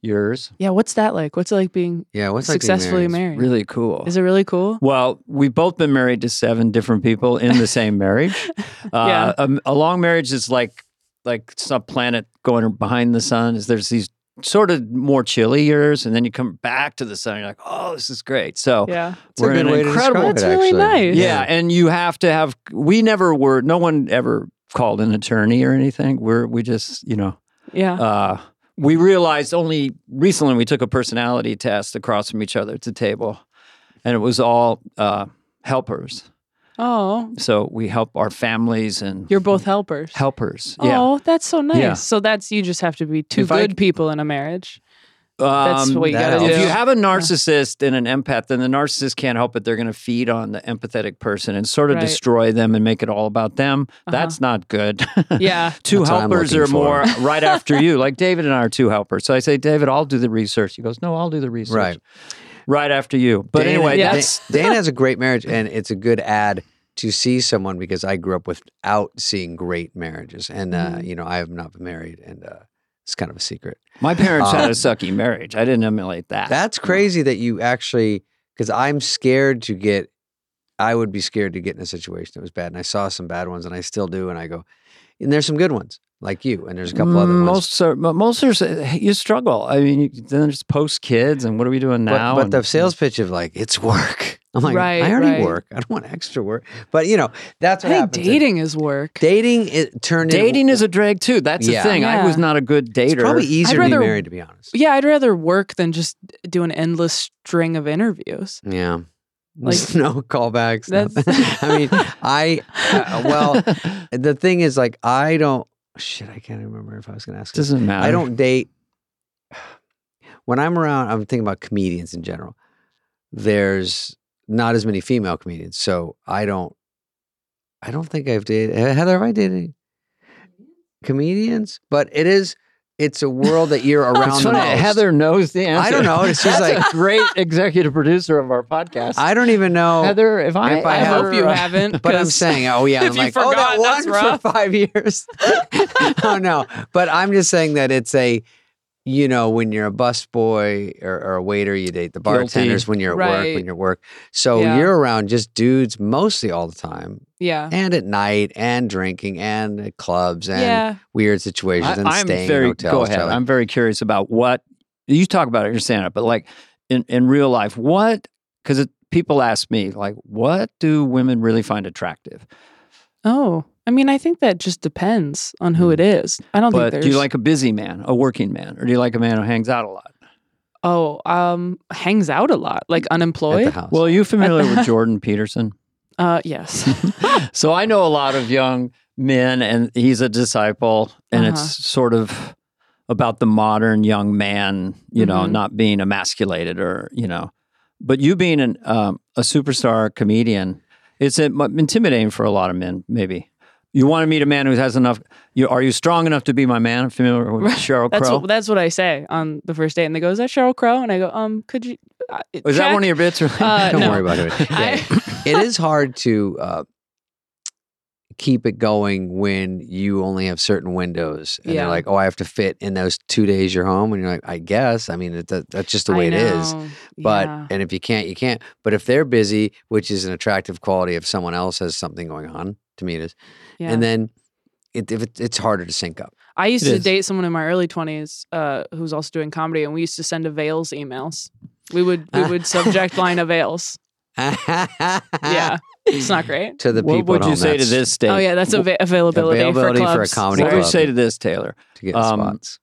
years. Yeah, what's that like? What's it like being yeah, what's like being successfully married? married? Really cool. Is it really cool? Well, we've both been married to seven different people in the same marriage. Yeah. uh, a, a long marriage is like like some planet going behind the sun. Is there's these sort of more chilly years, and then you come back to the sun. And you're like, oh, this is great. So Yeah. It's a We're in good an way to describe incredible- it, That's really actually. nice. Yeah, and you have to have. We never were. No one ever called an attorney or anything. We're we just you know Yeah. uh, we realized only recently we took a personality test across from each other at the table, and it was all uh, helpers. Oh, So we help our families and you're both helpers. helpers. Oh, that's so nice. Yeah. So that's you just have to be two If I- good people in a marriage. yeah, That's what you that gotta do. helps. Um, If you have a narcissist and an empath, then the narcissist can't help it. They're going to feed on the empathetic person and sort of Right. Uh-huh. destroy them and make it all about them. That's not good. yeah. two That's what I'm helpers looking are for. more right after you. Like David and I are two helpers. So I say, David, I'll do the research. He goes, No, I'll do the research. Right. Right after you. But Dana- anyway, Dan- Yeah. that's Dana has a great marriage, and it's a good ad to see someone because I grew up without seeing great marriages, and uh, Mm-hmm. Mhm. you know I have not been married, and uh, it's kind of a secret. my parents had Um, a sucky marriage. I didn't emulate that. That's crazy that you actually, because I'm scared to get, I would be scared to get in a situation that was bad. And I saw some bad ones and I still do. And I go, and there's some good ones like you. And there's a couple other Mm, ones. Most are, but most are, s- you struggle. I mean, you, then there's post kids, and what are we doing but, now? but and- the sales pitch of like, it's work. I'm like, Right, I already right. work. I don't want extra work. But you know, that's I what think happens. And dating is work. Dating it turned into- dating is a drag too. That's Yeah. the thing. I was Yeah. not a good dater. it's probably easier to be rather- married, to be honest. yeah, I'd rather work than just do an endless string of interviews. Yeah. Like- no callbacks. That's- nothing. I mean, I, uh, well, the thing is like, I don't, shit, I can't remember if I was going to ask. this. doesn't matter. I don't date. When I'm around, I'm thinking about comedians in general. There's not as many female comedians, so I don't. I don't think I've dated Heather. Have I dated any comedians? But it is. It's a world that you're around. It's the funny. most. Heather knows the answer. I don't know. It's just That's like a great executive producer of our podcast. I don't even know. Heather, if I, Oh, If I I ever, hope you uh, haven't. But I'm 'cause- saying, oh yeah, if I'm you like, oh, forgot, that that's one rough. for five years. oh no, but I'm just saying that it's a, you know, when you're a busboy or, or a waiter, you date the Guilty. bartenders when you're at work, Right. when you're at work. So Yeah. Uh. you're around just dudes mostly all the time, yeah. and at night, and drinking, and at clubs, and Yeah. weird situations, and I, am staying very in hotels. go ahead. Charlie. I'm very curious about what you talk about it in your stand up, but like in, in real life, what because people ask me like, what do women really find attractive? Oh, I mean, I think that just depends on Hmm. who it is. I don't think But there's. do you like a busy man, a working man, or do you like a man who hangs out a lot? Oh, um, hangs out a lot, like at the unemployed. house. Well, are you familiar the- with Jordan Peterson? Uh, yes. so I know a lot of young men, and he's a disciple, and Uh-huh. it's sort of about the modern young man, you know, Mhm. not being emasculated or you know, but you being an, um, a superstar comedian, it's uh, m- intimidating for a lot of men, maybe. You want to meet a man who has enough. You, are you strong enough to be my man? Familiar with Right. Cheryl That's Crow? what, that's what I say on the first date, and they go, "Is that Cheryl Crow?" And I go, "Um, could you?" Uh, Oh, Is that one of your bits? Or Uh, don't no. worry about it. Yeah. it is hard to uh, keep it going when you only have certain windows and Yeah. they're like oh i have to fit in those two days you're home and you're like i guess i mean it, that, that's just the way it is but and if you can't you can't but if they're busy which is an attractive quality if someone else has something going on to me it is and then it, if it, it's harder to sync up I used It to is. date someone in my early twenties uh, who was also doing comedy, and we used to send avails emails. We would we would subject line avails. yeah Ah. Yeah, it's not great. to the what people would at you home, say to that's this state? Oh yeah, that's ava- availability, Availability for for a clubs. comedy What Sorry. would you club. say to this, Taylor? to get um, spots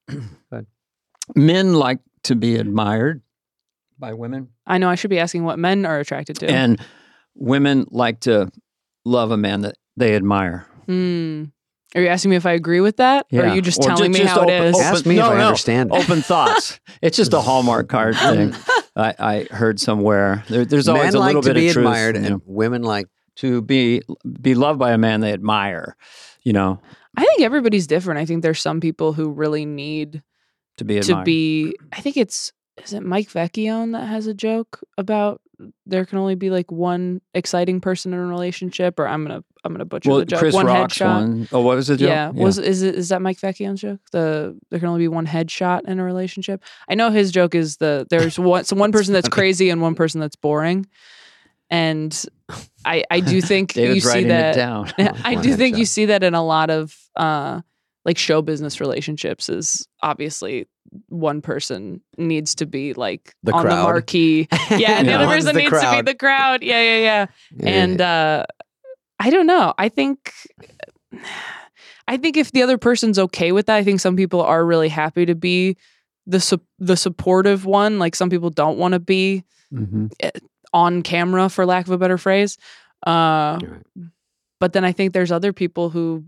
men like to be admired by women I know I should be asking what men are attracted to. and women like to love a man that they admire Hmm. Are you asking me if I agree with that, or Yeah. are you just Or ju- telling me just how it open- is? open- ask oh, me no, Oh, if i no. understand it. open thoughts it's just a hallmark card thing I, I heard somewhere there, there's always Men a like little to bit be of truth admired, you and know, women like to be be loved by a man they admire you know I think everybody's different. I think there's some people who really need to be to admired be. I think it's is it Mike Vecchione that has a joke about there can only be like one exciting person in a relationship, or I'm gonna I'm gonna butcher well the joke. chris one rock's headshot. one. Oh, what was it Yeah. was is it is that Mike Vecchione's joke? The there can only be one headshot in a relationship. I know his joke is the there's one so one person that's crazy and one person that's boring, and I I do think you david's see writing that it down I One do think you headshot. see that in a lot of uh, like show business relationships is obviously one person needs to be like The on crowd. the marquee. Yeah, and the Yeah. other One's person the needs to crowd. be the crowd. Yeah, yeah, yeah. And uh, I don't know. I think I think if the other person's okay with that, I think some people are really happy to be the su- the supportive one. Like some people don't want to be Mm-hmm. on camera, for lack of a better phrase. Uh, You're right. but then I think there's other people who,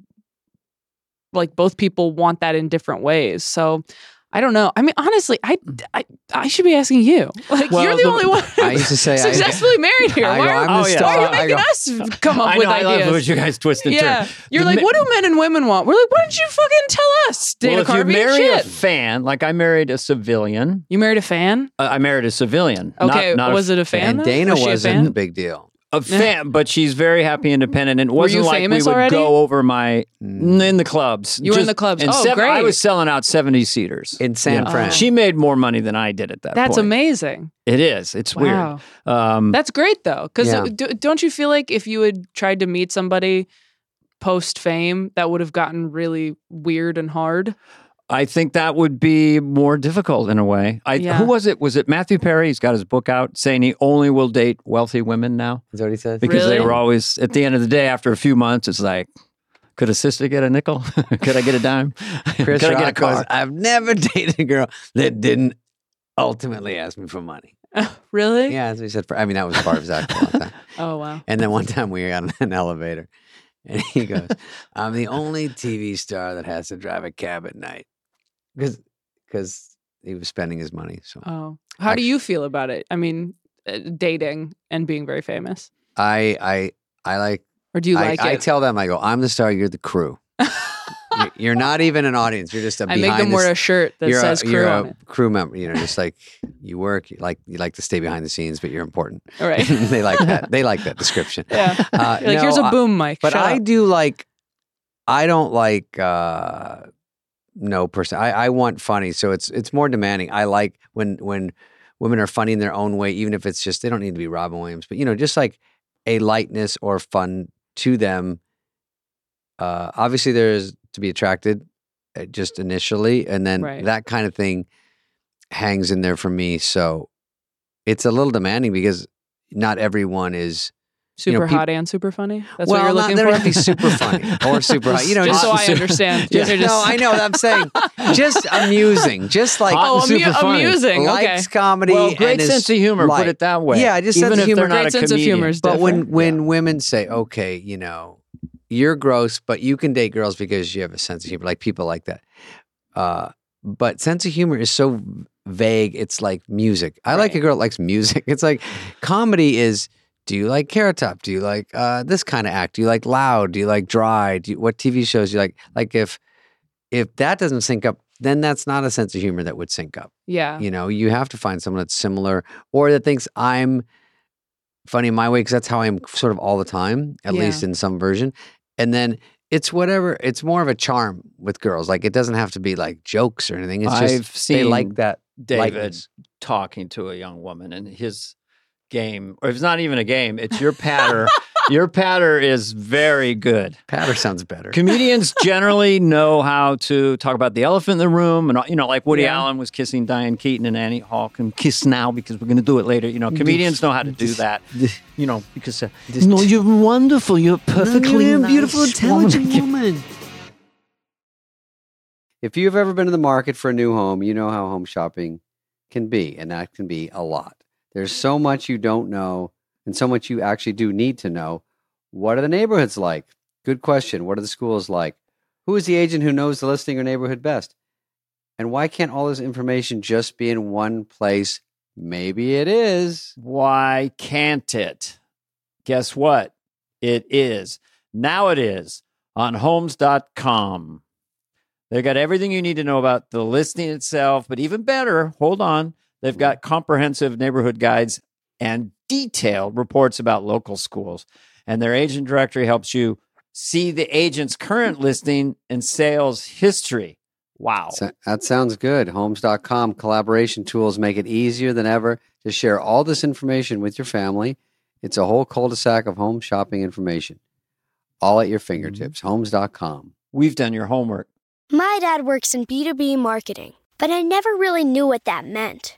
like, both people want that in different ways. So. I don't know. I mean, honestly, I, I, I should be asking you. Mm. Like, Well, you're the, the- only one I used to say I- successfulully married here. I Why go, are, I'm why the are you star. why are you I making go, us come up I with know, I love what ideas? you guys twist and yeah, turn. you're The like, mi- what do men and women want? We're like, why don't you fucking tell us? Dana well, if you Carvey, marry shit. a fan, like I married a civilian, you married a fan? uh, I married a civilian. not- Okay, not, was it a fan? and though? Dana was she a wasn't a fan? big deal. a, fan, but she's very happy, independent, and it wasn't you like we famous would already? go over my in the clubs. You were in the clubs. and Oh, seven- I great. was selling out seventy seaters In San Yeah. Fran. Oh. She made more money than I did at that. That's point. amazing. It is. It's Wow, weird. Um, that's great though. Because Mm. Yeah. don't you feel like if you had tried to meet somebody post fame, that would have gotten really weird and hard? I think that would be more difficult in a way. I, Yeah. Who was it? Was it Matthew Perry? He's got his book out saying he only will date wealthy women now Is that what he said? because they Really? were always, at the end of the day, after a few months, it's like, could a sister get a nickel? could I get a dime? Chris could I Rock get a car? goes, I've never dated a girl that didn't ultimately ask me for money. really? Yeah, as we said. For, I mean, that was part of Zach. for a long time. Oh wow. And then one time we were on an elevator, and he goes, "I'm the only TV star that has to drive a cab at night," because because he was spending his money. So Oh, how do you feel about it? I mean, uh, dating and being very famous, I I I like, or do you like I, I it? tell them I go, "I'm the star. You're the crew. You're- You're not even an audience. You're just a I behind make them the wear s- a shirt that you're says a, crew you're on a it. crew member. You know, just like you work, you like you like to stay behind the scenes, but you're important. All right. they like that. They like that description. Yeah. Uh, You're like, here's no, a I- boom mic. But Shut I up." do like. I don't like uh, no person. I, I want funny, so it's it's more demanding. I like when when women are funny in their own way, even if it's just they don't need to be Robin Williams, but you know, just like a lightness or fun to them. Uh, obviously, there's to be attracted, uh, just initially, and then Right. that kind of thing hangs in there for me. So it's a little demanding because not everyone is super peop- hot and super funny. That's well, what you're not- looking they for. don't have to be super funny or super hot. You know, just so I su- understand. Yeah. These are no, just- I know what I'm saying. Just amusing. Just like Hot oh, and amu- super funny. amusing. Okay. likes comedy. well, great and is sense of humor, put light. it that way. Yeah, just Even sense of if humor. they're not a Great sense of comedian. humor is But when different. when women say, okay, you know, you're gross, but you can date girls because you have a sense of humor, like people like that. Uh, but sense of humor is so vague. It's like music. I like a Right. girl that likes music. It's like comedy is. Do you like Carrot Top? Do you like uh, this kind of act? Do you like loud? Do you like dry? Do you, what TV shows do you like? Like if if that doesn't sync up, then that's not a sense of humor that would sync up. yeah, You know, you have to find someone that's similar or that thinks I'm funny in my way because that's how I am sort of all the time, at Yeah. least in some version. And then it's whatever, it's more of a charm with girls. Like it doesn't have to be like jokes or anything. It's I've just they like seen that. David lightness. talking to a young woman and his game, or if it's not even a game, it's your patter. your patter is very good. Patter sounds better. Comedians generally know how to talk about the elephant in the room, and you know, like Woody Yeah. Allen was kissing Diane Keaton and Annie Hall can kiss now because we're going to do it later. You know, comedians know how to do that. You know, because uh, no, you're wonderful. You're perfectly nice woman. woman. If you've ever been in the market for a new home, you know how home shopping can be, and that can be a lot. There's so much you don't know, and so much you actually do need to know. What are the neighborhoods like? Good question. What are the schools like? Who is the agent who knows the listing or neighborhood best? And why can't all this information just be in one place? Maybe it is. Why can't it? Guess what? It is. Now it is on homes.com. They've got everything you need to know about the listing itself, but even better, hold on, they've got comprehensive neighborhood guides and detailed reports about local schools. And their agent directory helps you see the agent's current listing and sales history. Wow. So- that sounds good. Homes.com collaboration tools make it easier than ever to share all this information with your family. It's a whole cul de sac of home shopping information, all at your fingertips. Homes.com. We've done your homework. My dad works in B2B marketing, but I never really knew what that meant.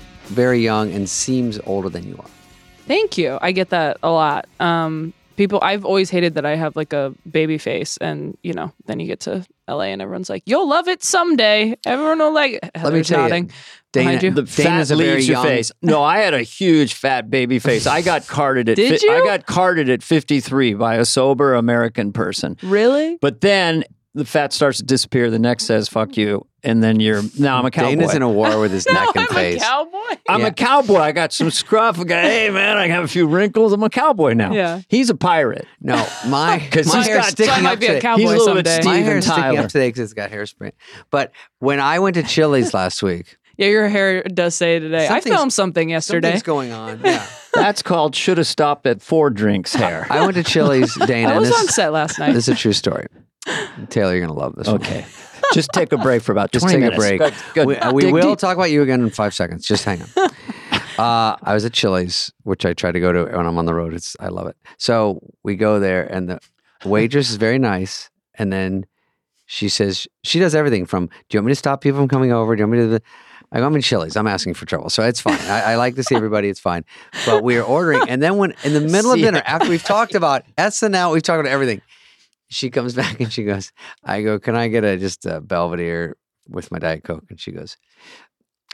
very young and seems older than you are. Thank you. I get that a lot. Um, people, I've always hated that I have like a baby face, and you know, then you get to LA and everyone's like, "You'll love it someday." Everyone will like. Let me Heather's tell nodding you, behind Dana, you. The Dana's fat a very leaves your young- face. No, I had a huge fat baby face. I got carded at. Did I you? got carded at 53 by a sober American person. really? But then the fat starts to disappear. The neck says "fuck you," and then you're now I'm a cowboy. Dana's in a war with his neck and I'm a face. cowboy. I'm Yeah. a cowboy. I got some scruff. I got, hey man, I have a few wrinkles. I'm a cowboy now. Yeah. He's a pirate. No, my 'Cause my he's hair's got- sticking so I might up be a today. cowboy He's a little bit someday. Steven my hair's sticking Tyler. up today because it's got hairspray. But when I went to Chili's last week, Yeah, your hair does say today. Something's- I filmed something yesterday. something's going on. Yeah, That's called should have stopped at four drinks hair. I went to Chili's, Dana. I and was this, on set last night. This is a true story. Taylor, you're gonna love this. one. Okay. Just take a break for about Just 20 take minutes. a break. Good, good. We, uh, we Dig will deep. talk about you again in five seconds. Just hang on. uh, I was at Chili's, which I try to go to when I'm on the road. It's I love it. So we go there, and the waitress is very nice, and then she says she does everything from Do you want me to stop people from coming over? Do you want me to? do The, I go, I'm in Chili's. I'm asking for trouble, so it's fine. I, I like to see everybody. It's fine. But we are ordering, and then when in the middle of See dinner, after we've talked about SNL, we've talked about everything. She comes back and she goes, I go, can I get a just a Belvedere with my Diet Coke? And she goes,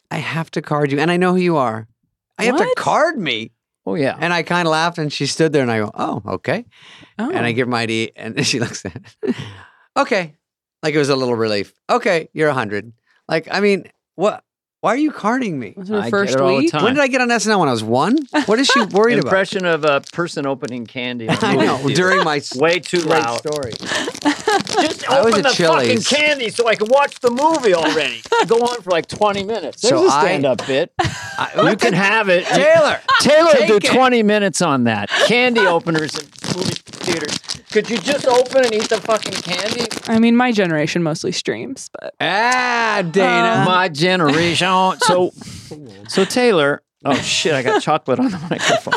I have to card you. And I know who you are. I have to What? card me. Oh yeah. And I kind of laughed and she stood there and I go, oh, okay. oh. And I give her my ID and she looks at it. okay. Like it was a little relief. Okay, you're 100. Like, I mean, what? Why are you carding me? was her I first get it all the week. time. When did I get on SNL when I was one? What is she worried about? Impression of a person opening candy. on I movie know. theater. During my Way too great loud. story. Just I was open at the fucking Chili's. candy so I can watch the movie already. Go on for like 20 minutes. There's So a I- stand-up bit. I, You can have it. Taylor. Taylor Take do it. 20 minutes on that. Candy openers in movie theaters. Could you just open and eat the fucking candy? I mean, my generation mostly streams, but Ah, Dana. My generation. So, so Taylor. Oh shit! I got chocolate on the microphone.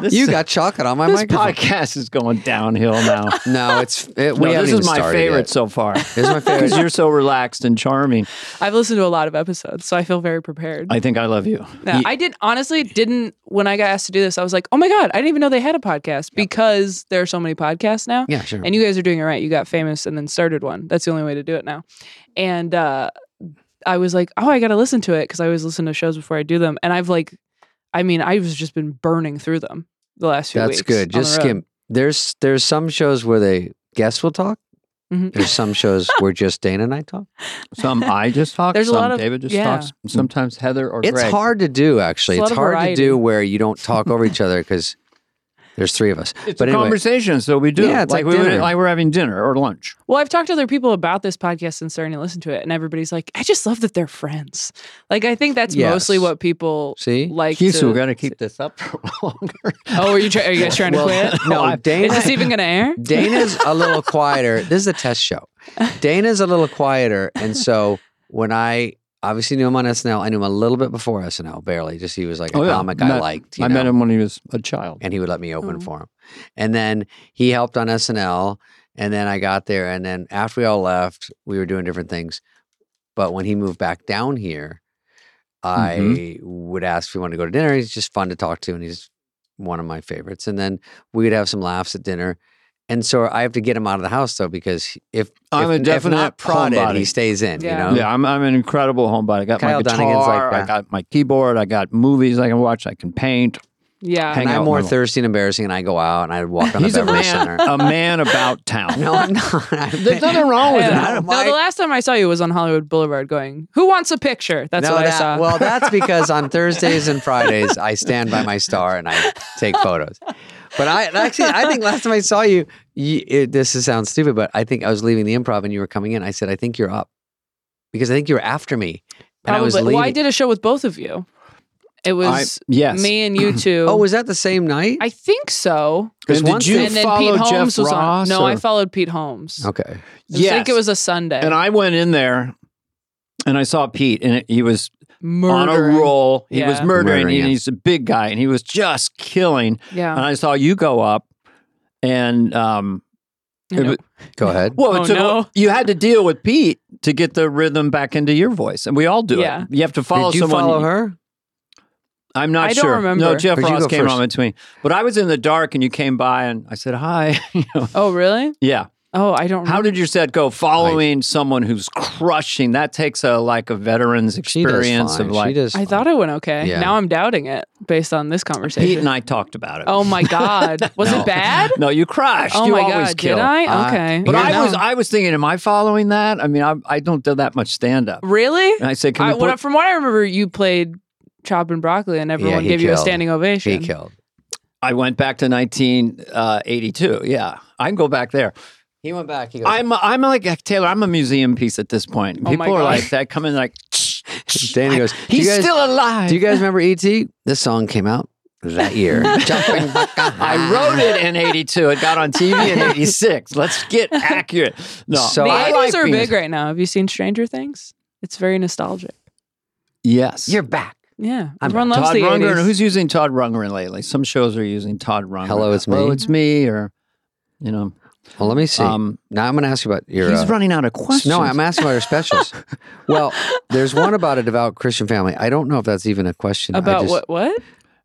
This, you got chocolate on my this microphone. podcast is going downhill now. No, it's it, we No, haven't this even is my started favorite yet. so far This is my because favorite. you're so relaxed and charming. I've listened to a lot of episodes, so I feel very prepared. I think I love you. No, I did honestly didn't when I got asked to do this. I was like, oh my god, I didn't even know they had a podcast because there are so many podcasts now. yeah, sure. And you guys are doing it right. You got famous and then started one. That's the only way to do it now. And uh, I was like, oh, I got to listen to it because I always listen to shows before I do them. And I've like, I mean, I've just been burning through them the last few That's weeks. good. on Just the road. skim. There's there's some shows where they guests will talk. Mhm. There's some shows where just Dana and I talk. Some I just talk. There's a some lot of- David just yeah. talks. and Sometimes Heather or It's Greg. hard to do actually. It's a It's, lot of hard to do variety. where you don't talk over each other because there's three of us. It's but a anyway, conversation, so we do. Yeah, it's like like we would- dinner. like we're having dinner or lunch. Well, I've talked to other people about this podcast and starting to listen to it, and everybody's like, I just love that they're friends. Like, I think that's mostly Yes. what people see. like. Keith, to, we're gonna keep this up for longer. Oh, are you, try- are you guys trying to Well, quit? no, Dana. Is this even going to air? Dana's a little quieter. This is a test show. Dana's a little quieter, and so when I obviously knew him on SNL, I knew him a little bit before SNL, barely. Just he was like a Oh, yeah. comic I Met- liked. You I know? met him when he was a child. and he would let me open Oh. for him. And then he helped on SNL, and then I got there, and then after we all left, we were doing different things. But when he moved back down here, I would ask if he wanted to go to dinner. He's just fun to talk to, and he's one of my favorites. And then we'd have some laughs at dinner. And so I have to get him out of the house though, because if I'm if, a if definite not prodded, he homebody. stays in. Yeah. You know, Yeah, I'm, I'm an incredible homebody. I got Kyle my Donegan's like guitar, I that. got my keyboard, I got movies I can watch, I can paint. Yeah. And Hang I'm out, more Marvel. thirsty and embarrassing, and I go out and I walk on the He's a Beverly man, Center. a man about town. No, I'm not. I- There's nothing wrong with I it. Yeah. don't No, mind. the last time I saw you was on Hollywood Boulevard going, Who wants a picture? That's No, what that- I saw. Well, that's because on Thursdays and Fridays I stand by my star and I take photos. But I actually, I think last time I saw you, you it, this is, sounds stupid, but I think I was leaving the improv and you were coming in. I said, I think you're up because I think you were after me, and Probably. I was leaving. well, I did a show with both of you. It was I- yes. me and you two. Oh, was that the same night? I think so. Because And did once you they- and then follow Pete Holmes Jeff was Ross, on. No, or- Oh, I followed Pete Holmes. okay. I Yes. think it was a Sunday. and I went in there and I saw Pete and it, he was on Murdering. a roll. He Yeah. was murdering, Murdering, and yeah. he's a big guy and he was just killing. Yeah. And I saw you go up and um I know. it was- Go ahead. well, it Oh, took a- no. you had to deal with Pete to get the rhythm back into your voice. And we all do Yeah. it. You have to follow did you someone. follow her? I'm not I don't sure. No, remember. Jeff But you Ross go came first. on between. But I was in the dark and you came by and I said, Hi. You know, Oh, really? yeah. Oh, I don't. How remember. did your set go? Following someone who's crushing that takes a like a veteran's She does experience fine. of like she does I fine. thought it went okay. Yeah. Now I'm doubting it based on this Pete conversation. and I talked about it. Oh my god, was No. it bad? no, you crushed. Oh you my always god, kill. did Uh, I? Okay, But Yeah, I no. was I was thinking, am I following that? I mean, I, I don't do that much stand up. really. Uh, And I said, can I, we what- put- from what I remember, you played Chop and Broccoli, and everyone he gave you a killed. standing ovation. She killed. I went back to 1982. Yeah, I can go back there. He went back. He goes, I'm I'm like uh, Taylor. I'm a museum piece at this point. Oh my People are God. like that. Come in like Danny goes, "Do you he's guys- still alive. Do you guys remember ET? This song came out that year. Jumping back I wrote it in '82. It got on TV in '86. Let's get accurate. No, So the I like eighties are being- big right now. Have you seen Stranger Things? It's very nostalgic. yes. You're back. Yeah, I'm everyone loves Todd the Rundgren. eighties. Who's using Todd Rundgren lately? Some shows are using Todd Rundgren. Hello, It's Hello, Me. it's me. Or you know, Well, let me see. um, now I'm going to ask you about your. he's uh, running out of questions. no, I'm asking about your specials. well, there's one about a devout Christian family. I don't know if that's even a question. I About just- what? What?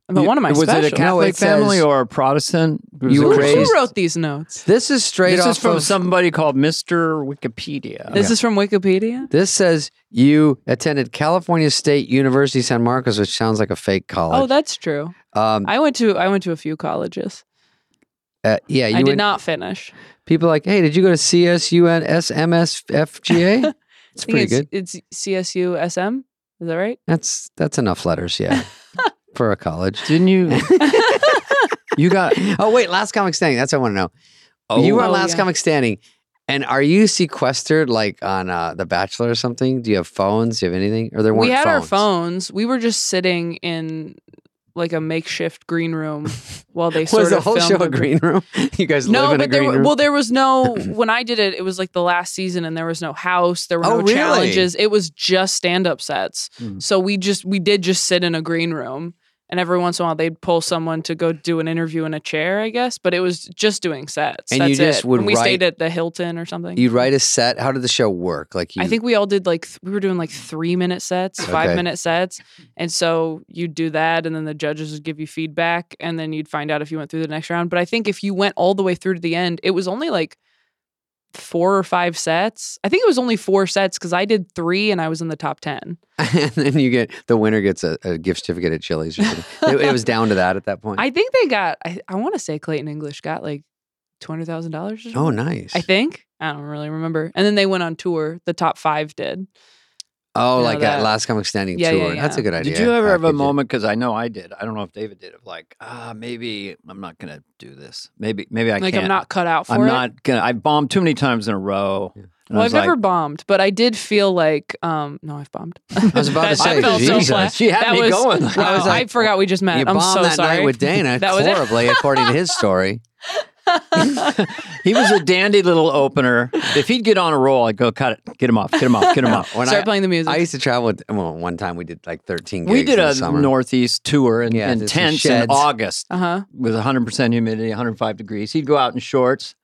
About You- one of my was it a specials. Catholic it says- family or a Protestant? Was You it were Who- Christian? raised- Who wrote these notes? This is straight This off is from of- somebody called Mister Wikipedia. This is from Wikipedia. This says you attended California State University San Marcos, which sounds like a fake Oh, college. that's true. um, I went to I went to a few colleges. uh, yeah, you I did went- not finish. People are like, hey, did you go to CSUNSMSFGA? it's I think pretty good. it's, It's CSU SM. Is that right? That's that's enough letters, yeah, for a college. Didn't you? you got Oh wait, Last Comic Standing. That's what I want to know. Oh. you were on Oh, Last yeah. Comic Standing, and are you sequestered like on uh, The Bachelor or something? Do you have phones? Do you have anything? Or there weren't we had phones? our phones. We were just sitting in like a makeshift green room while they sort Was the of whole filmed show the- a green room? you guys No, live in but a there green were, room. well, there was no. When I did it, it was like the last season, and there was no house. There were Oh, no really? challenges. It was just stand-up sets. Hmm. So we just we did just sit in a green room, and every once in a while they'd pull someone to go do an interview in a chair, I guess. But it was just doing sets. And you That's just it. would and we stayed write- at the Hilton or something. you write a set. How did the show work? Like you, I think we all did like th- we were doing like three minute sets, five Okay. minute sets, and so you'd do that, and then the judges would give you feedback, and then you'd find out if you went through the next round. But I think if you went all the way through to the end, it was only like four or five sets. I think it was only four sets because I did three and I was in the top ten. and then you get the winner gets a, a gift certificate at Chili's. Or something. it, it was down to that at that point. I think they got. I, I want to say Clayton English got like two hundred thousand dollars. or oh, something. nice. I think I don't really remember. And then they went on tour. The top five did. oh, know like that. a Last Comic Standing Yeah, tour. yeah, That's a yeah. good idea. Did you ever have a Package it. moment? Because I know I did. I don't know if David did. Of like, ah, maybe I'm not gonna do this. Maybe, maybe I like can't. I'm not cut out for I'm it. not gonna. I bombed too many times in a row. Yeah. And I Well, I've was like, never bombed, but I did feel like um no, I've bombed. I was about to say, I felt Jesus. so flat. She had that me was, going. Wow, I I, was like, forgot we just met. You I'm bombed so that sorry. night with Dana That was it. horribly, according to his story. he was a dandy little opener. If he'd get on a roll, I'd go cut it, get him off, get him off, get him off. When Start I, playing the music. I used to travel. With, well, one time we did like 13 gigs We did in the a summer. northeast tour in, Yeah, in there's some tents in sheds. August uh huh. with 100 percent humidity, 105 degrees. He'd go out in shorts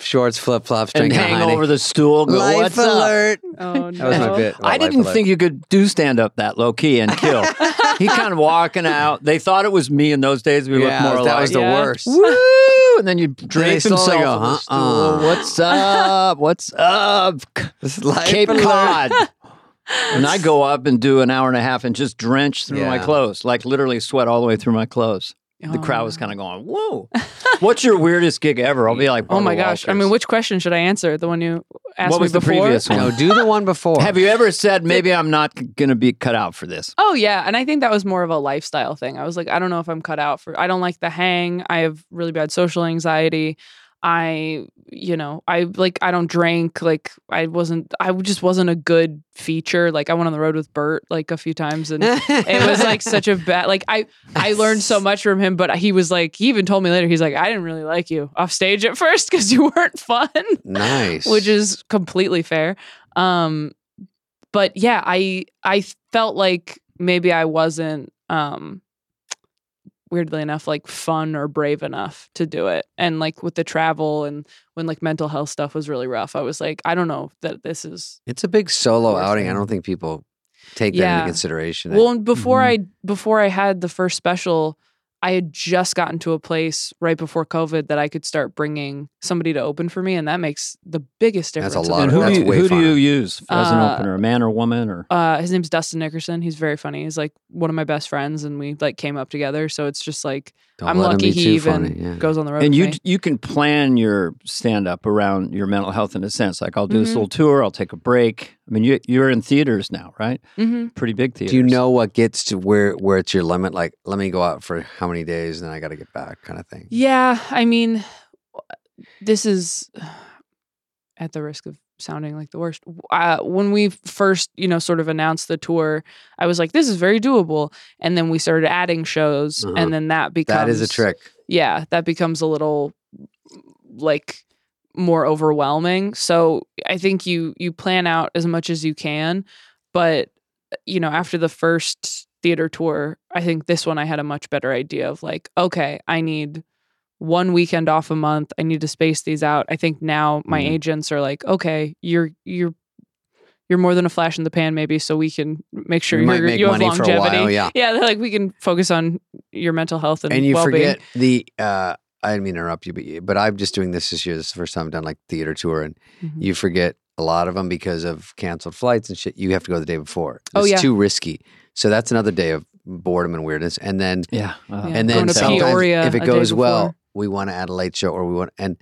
shorts, flip flops, and drinking a hang Heineken. over the stool. Go, Life What's up? alert. Oh no. That was my bit. about I life didn't alert. think you could do stand up that low key and kill. he kind of walking out. They thought it was me in those days. We looked yeah, more that like was the Yeah. worst. woo, and then you drape slowly himself. go, on the stool. "Uh-uh." What's up? What's up? This is life Cape alert. Cod. and I go up and do an hour and a half and just drench through my Yeah. clothes, like literally sweat all the way through my clothes. the crowd was kind of going, "Whoa, what's your weirdest gig ever?" I'll be like, Oh my Barbara gosh! I Walters. mean, which question should I answer? The one you asked what was the me before. previous one? No, do the one before. Have you ever said maybe I'm not going to be cut out for this? Oh yeah, and I think that was more of a lifestyle thing. I was like, I don't know if I'm cut out for. I don't like the hang. I have really bad social anxiety. I, you know, I like I don't drink. Like I wasn't. I just wasn't a good feature. Like I went on the road with Bert like a few times, and it was like such a bad. Like I, I learned so much from him. But he was like, he even told me later, he's like, I didn't really like you off stage at first because you weren't fun nice. which is completely fair. Um, but yeah, I I felt like maybe I wasn't um, weirdly enough like fun or brave enough to do it, and like with the travel and when like mental health stuff was really rough, I was like, I don't know that this is it's a big solo Worst outing. I thing. don't think people take that Mm-hmm. Yeah. into consideration. Well, and before I before I had the first special, I had just gotten to a place right before COVID that I could start bringing somebody to open for me, and that makes the biggest That's difference. a in lot the of- who, that's do world. you, way who do funner. you use as an Uh, opener, a man or woman? Or uh his name's Dustin Nickerson. He's very funny. He's like one of my best friends and we like came up together. So it's just like Don't I'm Oh, let 'em lucky be he too even funny, yeah. goes on the road. and with you me. you can plan your stand up around your mental health in a sense. Like I'll do this Mhm. little tour, I'll take a break. I mean, you you're in theaters now, right? Mhm. Pretty big theaters. Do you know what gets to where where it's your limit? Like, let me go out for how many days, and then I got to get back, kind of thing. Yeah, I mean this is at the risk of sounding like the worst. Uh, when we first, you know, sort of announced the tour, I was like this is very doable and then we started adding shows Uh-huh. and then that becomes That is a trick. yeah, that becomes a little like more overwhelming. So I think you you plan out as much as you can, but uh, you know, after the first theater tour, I think this one I had a much better idea of like, okay, I need one weekend off a month. I need to space these out. I think now my Mhm. agents are like, okay, you're you're you're more than a flash in the pan, maybe, so we can make sure you might you're- make you have money longevity. for a while, yeah. Yeah, they're like we can focus on your mental health and, And you well-being. forget the. uh I didn't mean to interrupt you, but you- but I'm just doing this this year. This is the first time I've done like theater tour, and Mhm. you forget a lot of them because of canceled flights and shit. You have to go the day before. It's Oh, yeah. too risky. So that's another day of boredom and weirdness. And then Yeah, uh, Yeah. and Going then to sometimes Peoria if a it day goes well, before. we want to add a late show or we want and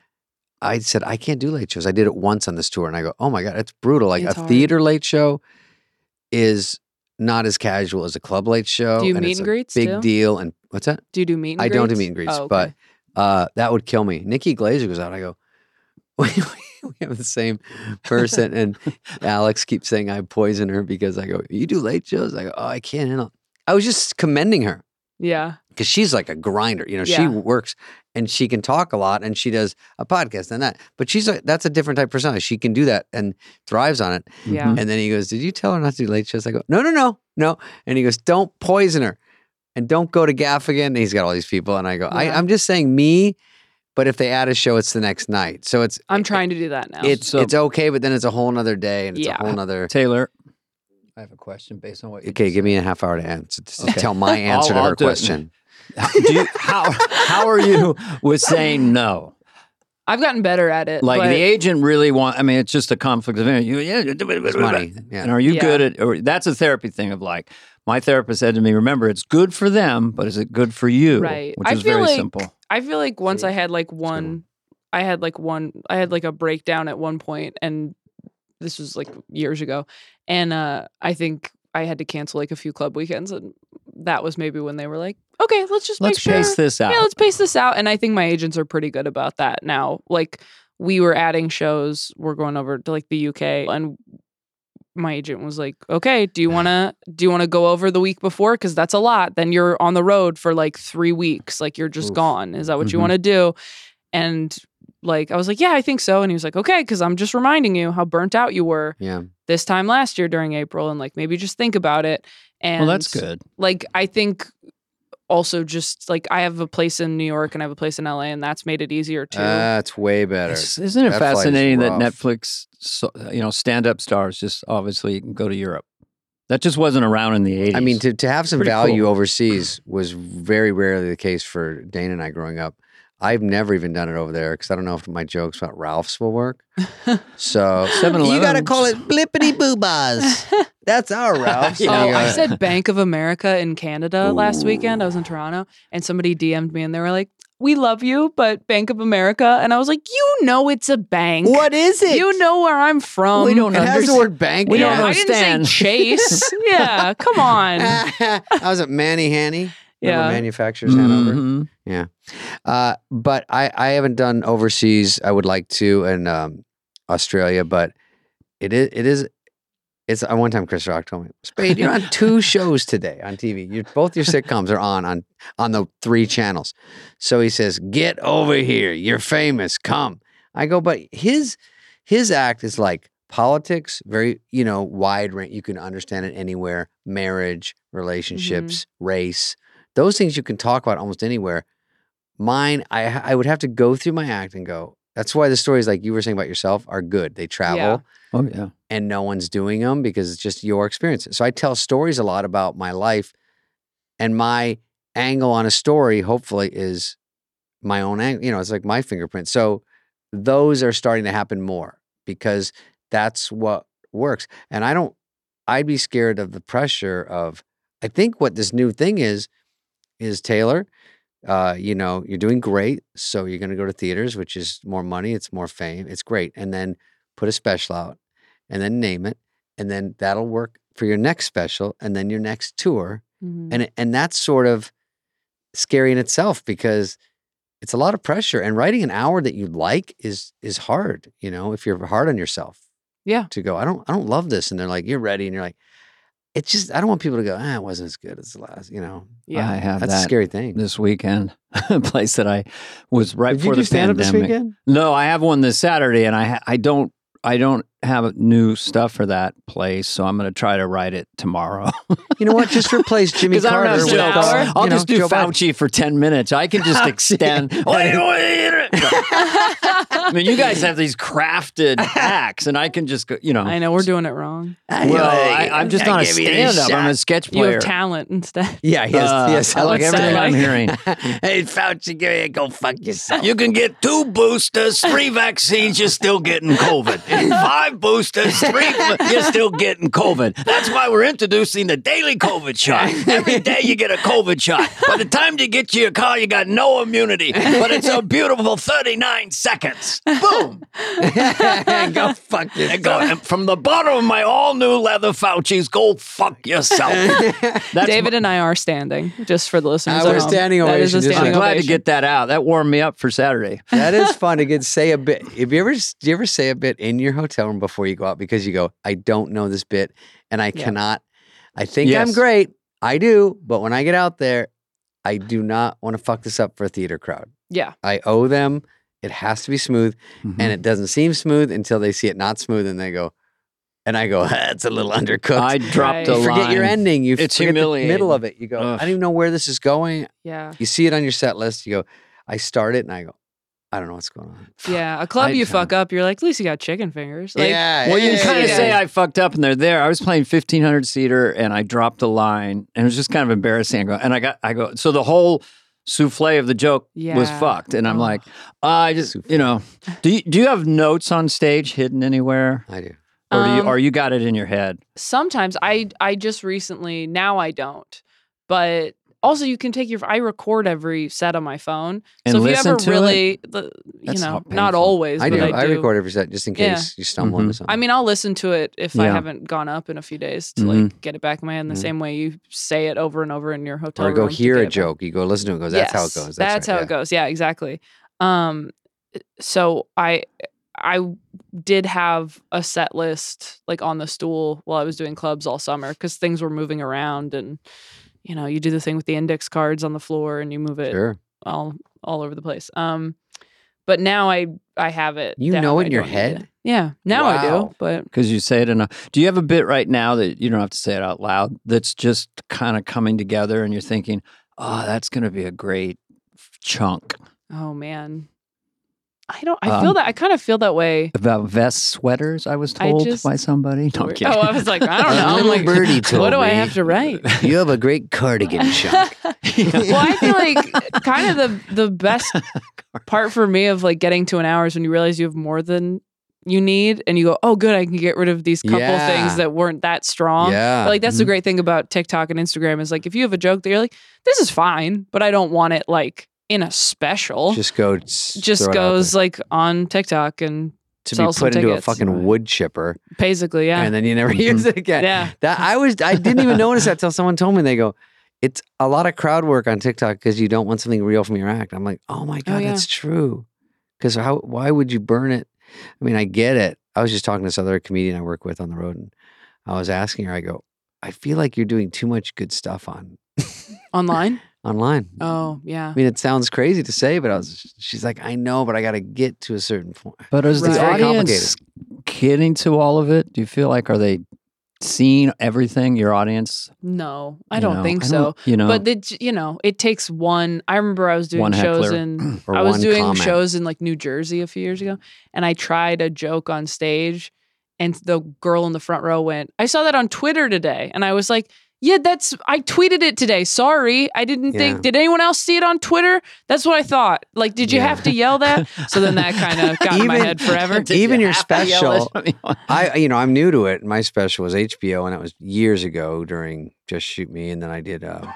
I said I can't do late shows. I did it once on this tour and I go, "Oh my god, it's brutal. Like It's a hard. theater late show is not as casual as a club late show Do you Oh, and meet it's and a greets big still? deal and what's that? Do you do meet? And I don't do greets? meet and greets, Oh, okay. but uh, that would kill me. Nikki Glazer goes out. I go, we, we have the same person, and Alex keeps saying I poison her because I go, you do late shows. I go, oh, I can't handle. I was just commending her yeah, because she's like a grinder. You know, she Yeah. works and she can talk a lot, and she does a podcast and that. But she's a, that's a different type of persona. She can do that and thrives on it. Mm-hmm. yeah. And then he goes, Did you tell her not to do late shows? I go, No, no, no, no. And he goes, Don't poison her and don't go to Gaffigan. And he's got all these people. And I go, I, Yeah. I'm just saying me, but if they add a show, it's the next night. So it's I'm trying to do that now. it's So- it's okay, but then it's a whole nother day and it's Yeah. a whole nother Taylor, I have a question based on what. You Okay, just give me a half hour to answer. Just Okay. Tell my answer I'll to her do it. question. said. Do you, how how are you with saying no? I've gotten better at it. Like but the agent really want. I mean, it's just a conflict of interest. You, yeah, It's money. And Yeah. are you Yeah. good at, or that's a therapy thing of like, my therapist said to me, remember, it's good for them, but is it good for you? Right. Which I is feel very like- simple. I feel like once See? I had like one. one, I had like one, I had like a breakdown at one point, and this was like years ago, and uh, I think I had to cancel like a few club weekends, and that was maybe when they were like, okay, let's just Let's make sure. pace this out. Yeah, let's pace this out. And I think my agents are pretty good about that now. Like we were adding shows, we're going over to like the UK and my agent was like, "Okay, do you want to do you want to go over the week before cuz that's a lot. Then you're on the road for like 3 weeks. Like you're just Oof. gone. Is that what you Mhm. want to do?" And like I was like, "Yeah, I think so." And he was like, "Okay, cuz I'm just reminding you how burnt out you were Yeah. this time last year during April and like maybe just think about it." And well, that's good. like I think also just like I have a place in New York and I have a place in LA and that's made it easier too. That's way better. It's- Isn't it That flight is fascinating that rough. Netflix, so, you know, stand up stars just obviously can go to Europe? That just wasn't around in the 80s. I mean, to, to have some Pretty value cool. overseas was very rarely the case for Dana and I growing up. I've never even done it over there because I don't know if my jokes about Ralph's will work. So you got to 7-Eleven. call it blippity boobas. That's our Ralph's. Yeah. And Oh, you I go, said Bank of America in Canada last Ooh. weekend. I was in Toronto and somebody DM'd me and they were like, We love you, but Bank of America. And I was like, You know, it's a bank. What is it? You know where I'm from. We don't It has the understand. word bank. We in don't yeah. it. know. I didn't understand. say Chase. yeah, come on. I was at Manny Hanny. Remember Yeah. Manufacturers Hanover. Mhm. Uh, but I, I haven't done overseas. I would like to in um, Australia, but it is it is it's uh, one time Chris Rock told me, Spade, you're on two shows today on TV. You both your sitcoms are on on on the three channels. So he says, Get over here. You're famous. Come. I go, but his his act is like politics, very, you know, wide range. You can understand it anywhere. Marriage, relationships, race. Those things you can talk about almost anywhere. Mine, I I would have to go through my act and go, that's why the stories like you were saying about yourself are good. They travel Yeah. Oh yeah. and no one's doing them because it's just your experiences. So I tell stories a lot about my life, and my angle on a story, hopefully, is my own angle. You know, it's like my fingerprint. So those are starting to happen more because that's what works. And I don't, I'd be scared of the pressure of, I think what this new thing is, is Taylor, uh, you know, you're doing great. So you're going to go to theaters, which is more money, it's more fame, it's great. And then put a special out and then name it. And then that'll work for your next special and then your next tour. Mhm. And, and that's sort of scary in itself because it's a lot of pressure. And writing an hour that you like is, is hard, you know, if you're hard on yourself Yeah. to go, I don't, I don't love this. And they're like, you're ready. And you're like, it's just, I don't want people to go, ah, it wasn't as good as the last, you know, Yeah. I have that's a that scary thing. this weekend. a place that I was right Did before you do the stand up pandemic. this weekend? No, I have one this Saturday, and I ha- I don't I don't have new stuff for that place, so I'm going to try to write it tomorrow. You know what? Just replace Jimmy Because I Carter don't have with, Joe jokes. Biden. uh, I'll you know, just do Joe Biden. Fauci for ten minutes. I can just extend. I mean, you guys have these crafted acts, and I can just go. You know, I know we're doing it wrong. well, I, I'm just not a stand-up. I'm a sketch You player. have talent instead. Yeah, yes, Uh, yes. I like What's everything that I'm like? hearing. hey, Fauci, give me a go fuck yourself. You can get two boosters, three vaccines, you're still getting COVID. Five boosters, three, you're still getting COVID. That's why we're introducing the daily COVID shot. Every day you get a COVID shot. By the time you get to your car, you got no immunity, but it's a beautiful 39 seconds. Boom. go fuck And yourself. go, and from the bottom of my all new leather Fauci's, go fuck yourself. That's David and I are standing, just for the listeners. I at was home. standing That is ovation, a just like- my- I'm standing glad to ovation. get that out. That warmed me up for Saturday. that is fun to get say a bit. If you ever do you ever say a bit in your hotel room before you go out because you go, I don't know this bit and I Yeah. cannot. I think I'm Yes. great. I do, but when I get out there, I do not want to fuck this up for a theater crowd. Yeah. I owe them. It has to be smooth. And And it doesn't seem smooth until they see it not smooth and they go, and I go, that's a little undercooked. I dropped Right. a you forget line. your ending. You It's forget the middle humiliating. of it. You go, Ugh. I don't even know where this is going. Yeah. You see it on your set list. You go, I start it and I go, I don't know what's going on. Yeah. A club I- you fuck up, you're like, at least you got chicken fingers. Like, yeah. Well, you yeah, can kind of yeah. say I fucked up, and they're there. I was playing fifteen hundred seater, and I dropped a line, and it was just kind of embarrassing. I go, and I got, I go. So the whole souffle of the joke was Yeah. fucked, and I'm Ugh. like, I just, you know, do you, do you have notes on stage hidden anywhere, I do. or do you, Um, or you got it in your head? sometimes I I just recently now I don't, but also you can take your I record every set on my phone. And so if listen you ever to really, the, you That's know, not not painful. always, I but do. Mm-hmm. I I do. record every set just in Yeah. case you stumble into Mhm. something. I mean, I'll listen to it if I Yeah. Mm-hmm. haven't gone up in a few days to like get it back in my head. In the Mhm. same way you say it over and over in your hotel or go room to hear get a it back. joke. You go listen to it. and Goes. Oh, That's how it Yes, goes. That's, That's, right. how yeah. it goes. Yeah, exactly. Um, so I I did have a set list like on the stool while I was doing clubs all summer because things were moving around and you know you do the thing with the index cards on the floor and you move it Sure. all all over the place. Um, but now I I have it. You down. know in I your don't need head? it. Yeah, now I Wow. do. But Because you say it in a. Do you have a bit right now that you don't have to say it out loud? That's just kind of coming together, and you're thinking, oh, that's going to be a great chunk. oh man, I I don't. I feel Um, that. I kind of feel that way. About vest sweaters, I was I told just- by somebody. No, I'm kidding. Oh, I was like, I don't know. I'm Little like, birdie what told do I me. have to write? You have a great cardigan chunk. well, I feel like kind of the the best part for me of like getting to an hour is when you realize you have more than you need, and you go, "Oh, good, I can get rid of these couple Yeah. things that weren't that strong." yeah. Mm-hmm. But, like that's the Mhm. great thing about TikTok and Instagram is like if you have a joke that you're like, "This is fine," but I don't want it like in a special. just Just, go. throw it out goes there. like on TikTok and to be sell some put into a tickets. fucking wood chipper, basically, yeah, and then you never Mhm. use it again. yeah. That I was I didn't even notice that till someone told me. They go, it's a lot of crowd work on TikTok because you don't want something real from your act. I'm like, oh my god, yeah. that's true. Because how? Why would you burn it? I mean, I get it. I was just talking to this other comedian I work with on the road, and I was asking her. I go, I feel like you're doing too much good stuff on Online. online. Oh, yeah. I mean, it sounds crazy to say, but I was. She's like, I know, but I got to get to a certain point. But is Right. It's the very audience getting to all of it? Do you feel like are they seeing everything? Your audience? No, I You don't know, think I so. don't- you know, But it, you know, it takes one. I remember I was doing One shows heckler. in Or I was one doing comment. shows in like New Jersey a few years ago, and I tried a joke on stage, and the girl in the front row went, "I saw that on Twitter today," and I was like. Yeah, that's I tweeted it today. Sorry. I didn't Yeah. think did anyone else see it on Twitter? That's what I thought. Like, did you Yeah. have to yell that? So then that kind of got in my Even- head forever. Did even you your have to yell at special- somebody? I, you know, I'm new to it. My special was HBO, and that was years ago during Just Shoot Me, and then I did uh,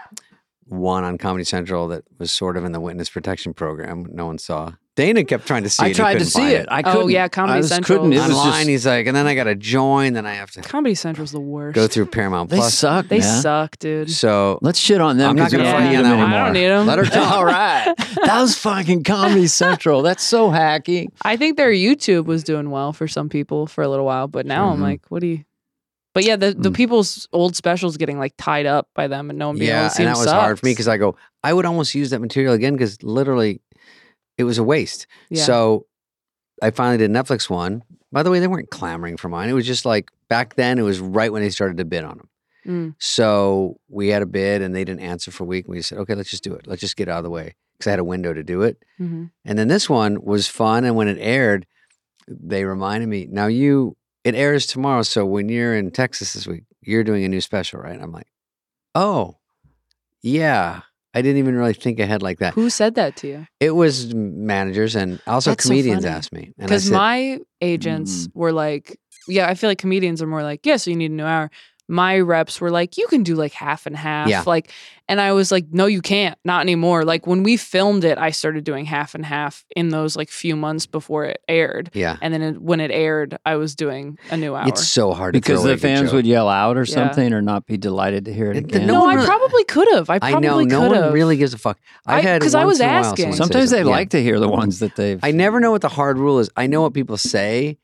one on Comedy Central that was sort of in the witness protection program. No one saw. Dana kept trying to see. it. I He tried to couldn't find see it. I Oh, couldn't. yeah, Comedy I just Central. Couldn't. It was Online, just, he's like, and then I got to join. Then I have to Comedy Central's the worst. go through Paramount they Plus. suck. they man. suck, dude. So Let's shit on them. I'm not 'cause we gonna don't fight need you on them that one. anymore. I don't need them. Let her talk. All right. That was fucking Comedy Central. That's so hacky. I think their YouTube was doing well for some people for a little while, but now I'm Mhm. like, what do you? But yeah, the the Mm. people's old specials getting like tied up by them and no one being yeah, able to see and that them was hard for me sucks. because I go, I would almost use that material again because literally, it was a waste. yeah. So I finally did Netflix one. By the way, they weren't clamoring for mine. It was just like back then, it was right when they started to bid on them. Mm. So we had a bid and they didn't answer for a week. And we said, okay, let's just do it. Let's just get out of the way because I had a window to do it. Mhm. And then this one was fun. And when it aired, they reminded me, now you, it airs tomorrow. So when you're in Texas this week, you're doing a new special, right? I'm like, oh, yeah. I didn't even really think ahead like that. who said that to you? It was managers and also That's so comedians funny. asked me. and I Because said- Mm. my agents were like, yeah, I feel like comedians are more like, yeah, so you need a new hour. My reps were like, you can do like half and half, Yeah. like, and I was like, no, you can't, not anymore. Like when we filmed it, I started doing half and half in those like few months before it aired. Yeah. and then it, when it aired, I was doing a new hour. It's so hard to Because throw away the a good fans joke. would yell out or Yeah. something or not be delighted to hear it And the- again. no no, one I really- probably could have. I I probably know no could one have. really gives a fuck. I- I've had 'cause I once was in a while asking. someone say Sometimes they something. Yeah. like to hear the ones that they've. I never know what the hard rule is. I know what people say,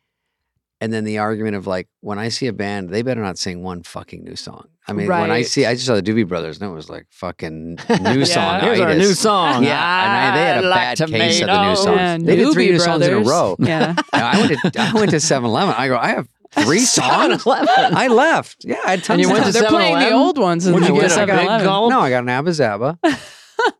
and then the argument of like, when I see a band, they better not sing one fucking new song. I mean, when I Right. see, I just saw the Doobie Brothers, and it was like fucking new Yeah. song. Here's our new song. Yeah, and I- they had a like bad case of the new tomatoes. songs. Yeah, They did three Doobie new songs in a Brothers. row. Yeah. I went to I went to Seven Eleven. I go, I have three songs. 7-Eleven. I left. Yeah, I had tons you of went songs. to They're playing the 7-Eleven? old ones. And Would What'd then you the get, like a big 7-Eleven. gulp? No, I got an Abba Zaba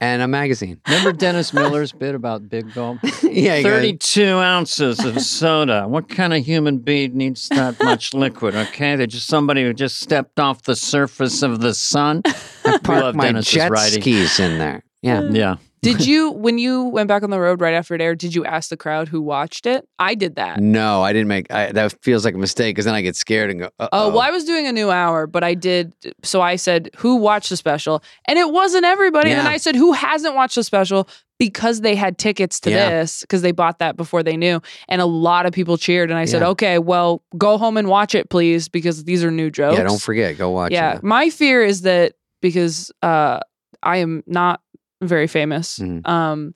and a magazine. Remember Dennis Miller's bit about Big Gulp? Yeah, you guys- 32 ounces of soda. What kind of human being needs that much liquid? Okay, they're just somebody who just stepped off the surface of the sun. I park my jet skis in there. Yeah. Yeah, Did you, when you went back on the road right after it aired, did you ask the crowd who watched it? I did that. No, I didn't make. I, that feels like a mistake because then I get scared and go. Uh Oh, well, I was doing a new hour, but I did. So I said, who watched the special? And it wasn't everybody. And then Yeah. I said, who hasn't watched the special? Because they had tickets to Yeah. this, because they bought that before they knew. And a lot of people cheered. And I said, Yeah. okay, well, go home and watch it, please, because these are new jokes. Yeah, don't forget. Go watch. yeah it. my fear is that because uh i am not very famous Mhm. um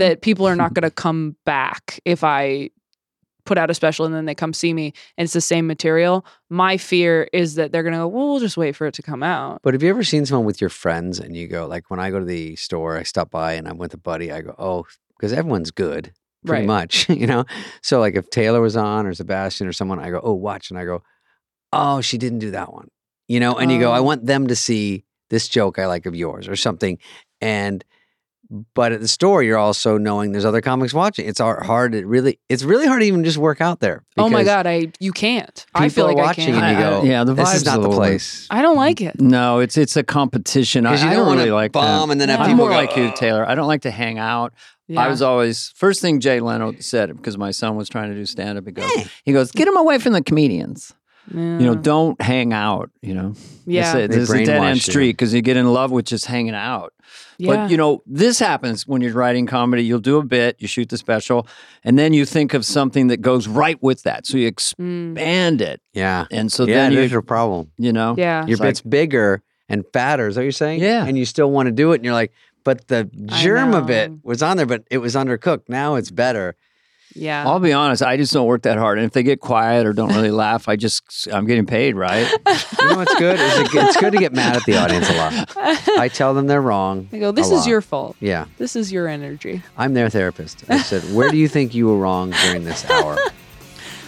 that people are not going to come back if i put out a special and then they come see me and it's the same material my fear is that they're going to go well we'll just wait for it to come out But have you ever seen someone with your friends and you go like, when I go to the store, I stop by and I'm with a buddy. I go, oh, because everyone's good, pretty right much, you know. So like, if Taylor was on or Sebastian or someone, I go, oh, watch, and I go, oh, she didn't do that one, you know. And you go, I Oh. want them to see this joke I like of yours or something, and But at the store, you're also knowing there's other comics watching. It's har- hard. It really, it's really hard to even just work out there. Oh my because god, I you can't. I people feel are like I watching can't. and you I- go, "Mm, I- yeah, the this is vibe's not a the little place. I don't like it. No, it's it's a competition. I, Because you I don't don't want really to like bomb that. and then have Yeah. I'm people more go, "Oh." like you, "Ugh." Taylor. I don't like to hang out. Yeah. uh, I was always first thing Jay Leno said because my son was trying to do stand up. He goes, he goes, get him away from the comedians. You Mm. know, don't hang out. You know, yeah. That's it. They It's a dead brainwash end you. street because you get in love with just hanging out. Yeah. But you know, this happens when you're writing comedy. You'll do a bit, you shoot the special, and then you think of something that goes right with that. So you Mm. expand it, Yeah. and so yeah, then there's you, your problem. you know, Yeah. Your It's like- bit's bigger and fatter. Is that what you're saying? Yeah. And you still want to do it, and you're like, but the I germ of it know. was on there, but it was undercooked. Now it's better. Yeah. I'll be honest. I just don't work that hard, and if they get quiet or don't really laugh, I just I'm getting paid, right? You know what's good? Is it, it's good to get mad at the audience a lot. I tell them they're wrong. I go, this a is lot. your fault. Yeah, This is your energy. I'm their therapist. I said, where do you think you were wrong during this hour?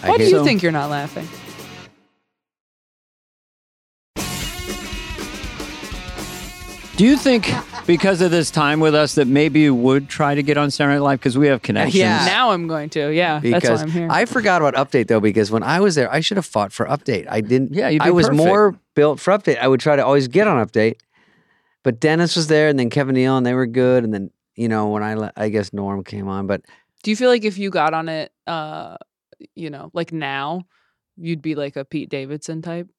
I Why do hate- you think you're not laughing? Do you think because of this time with us that maybe you would try to get on Saturday Night Live because we have connections? Yeah. Now I'm going to. Yeah. that's Because why I'm here. I forgot about update though, because when I was there, I should have fought for update. I didn't. Yeah, you'd be I was perfect. more built for update. I would try to always get on update, but Dennis was there, and then Kevin Neal, and they were good, and then you know when I le- I guess Norm came on, but do you feel like if you got on it, uh, you know, like now, you'd be like a Pete Davidson type,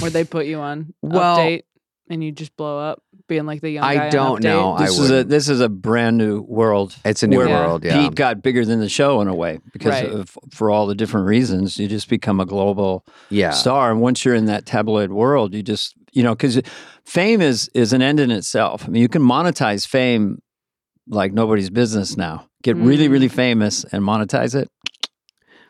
where they put you on Well- update and you just blow up, being like the young. guy I on don't Update? know. I This is a wouldn't. this is a brand new world. it's a new where world. Yeah, Pete got bigger than the show in a way because Right. of, for all the different reasons, you just become a global yeah. star. And once you're in that tabloid world, you just you know because fame is is an end in itself. I mean, you can monetize fame like nobody's business now. Get really Mm. really famous and monetize it.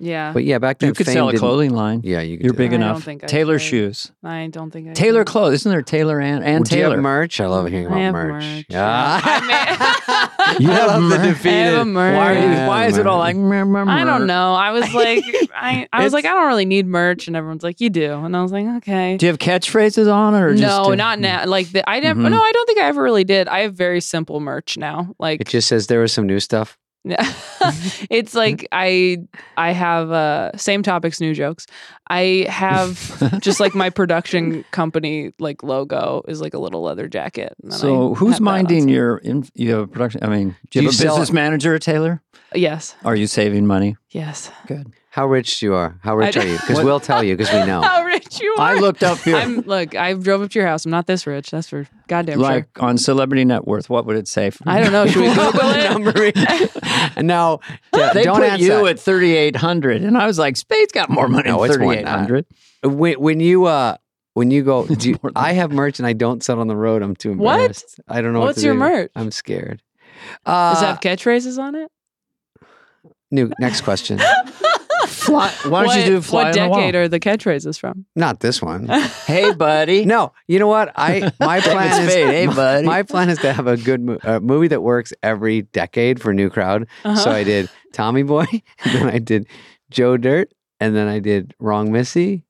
Yeah. But yeah, back then You could fame sell a didn't- clothing line. Yeah, you could You're do that. big I don't enough. think I Taylor could. shoes. I don't think I Taylor could. clothes. Isn't there Taylor and Well, and do you have Taylor? merch. I love hearing I about have merch. merch, Yeah. yeah. I may- you I have love the merch. I have defeated. a merch. why, are you, Yeah, why is it all merch. like? "Mer, mer, I mer"? don't know. I was like, I, I was like, I It's- don't really need merch, and everyone's like, you do, and I was like, okay. Do you have catchphrases on it or just no, uh, not now. Like the, I never. Mhm. No, I don't think I ever really did. I have very simple merch now. Like It just says there was some new stuff. it's like I I have uh same topics, new jokes. I have just like my production company like logo is like a little leather jacket. and then So I who's have that on minding some- your in, you have a production? I mean, do Do you you have a sell- business manager at Taylor? Yes, Are you saving money? yes. Good. How rich you are? How rich I- are you? Because we'll tell you because we know. How rich you are! I looked up your I'm look. I drove up to your house. I'm not this rich. That's for goddamn like on Celebrity Net Worth. What would it say? For I don't know. Should we Google it? it? no, d- They don't put answer. you at thirty eight hundred, and I was like, Spade's got more money. No, than it's more thirty than eight that. hundred. when, when you uh, when you go, do you- more than I have merch and I don't sell on the road. I'm too What? embarrassed. I don't know. what What's to your do. merch? I'm scared. sure. Does it Uh, have catchphrases on it? new, next question. Fly, why don't what, you do fly what on the decade wall? are the catchphrases from? Not this one. hey, buddy. No, you know what? I my plan David is Spade, hey, my- eh, buddy. My, plan is to have a good mo- a movie that works every decade for new crowd. So Uh-huh. I did Tommy Boy, and then I did Joe Dirt, and then I did Wrong Missy.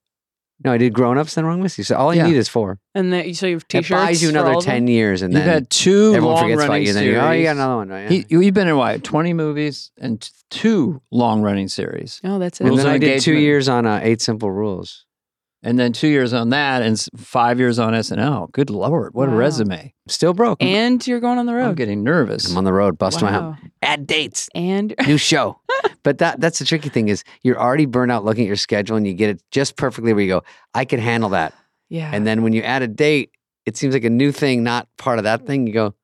No, I did Grown Ups and Wrong Missy. So all I Yeah. need is four. And then so you have t-shirts. it buys you for all another of them? ten years, and You've then had two everyone long forgets about running you. And then series. you, oh, you got another one. Right? He, you've been in what twenty movies and t- two long running series, Oh, that's it. and rules then of I did two engagement. years on uh, Eight Simple Rules. and then two years on that, and s- five years on SNL. Good lord, what a Wow. resume! Still broke. and you're going on the I'm road. getting nervous. I'm on the road, bust my hump. Wow. Add dates. And new show. But that that's the tricky thing is you're already burnt out looking at your schedule and you get it just perfectly where you go, I can handle that. yeah. And then when you add a date, it seems like a new thing, not part of that thing. You go,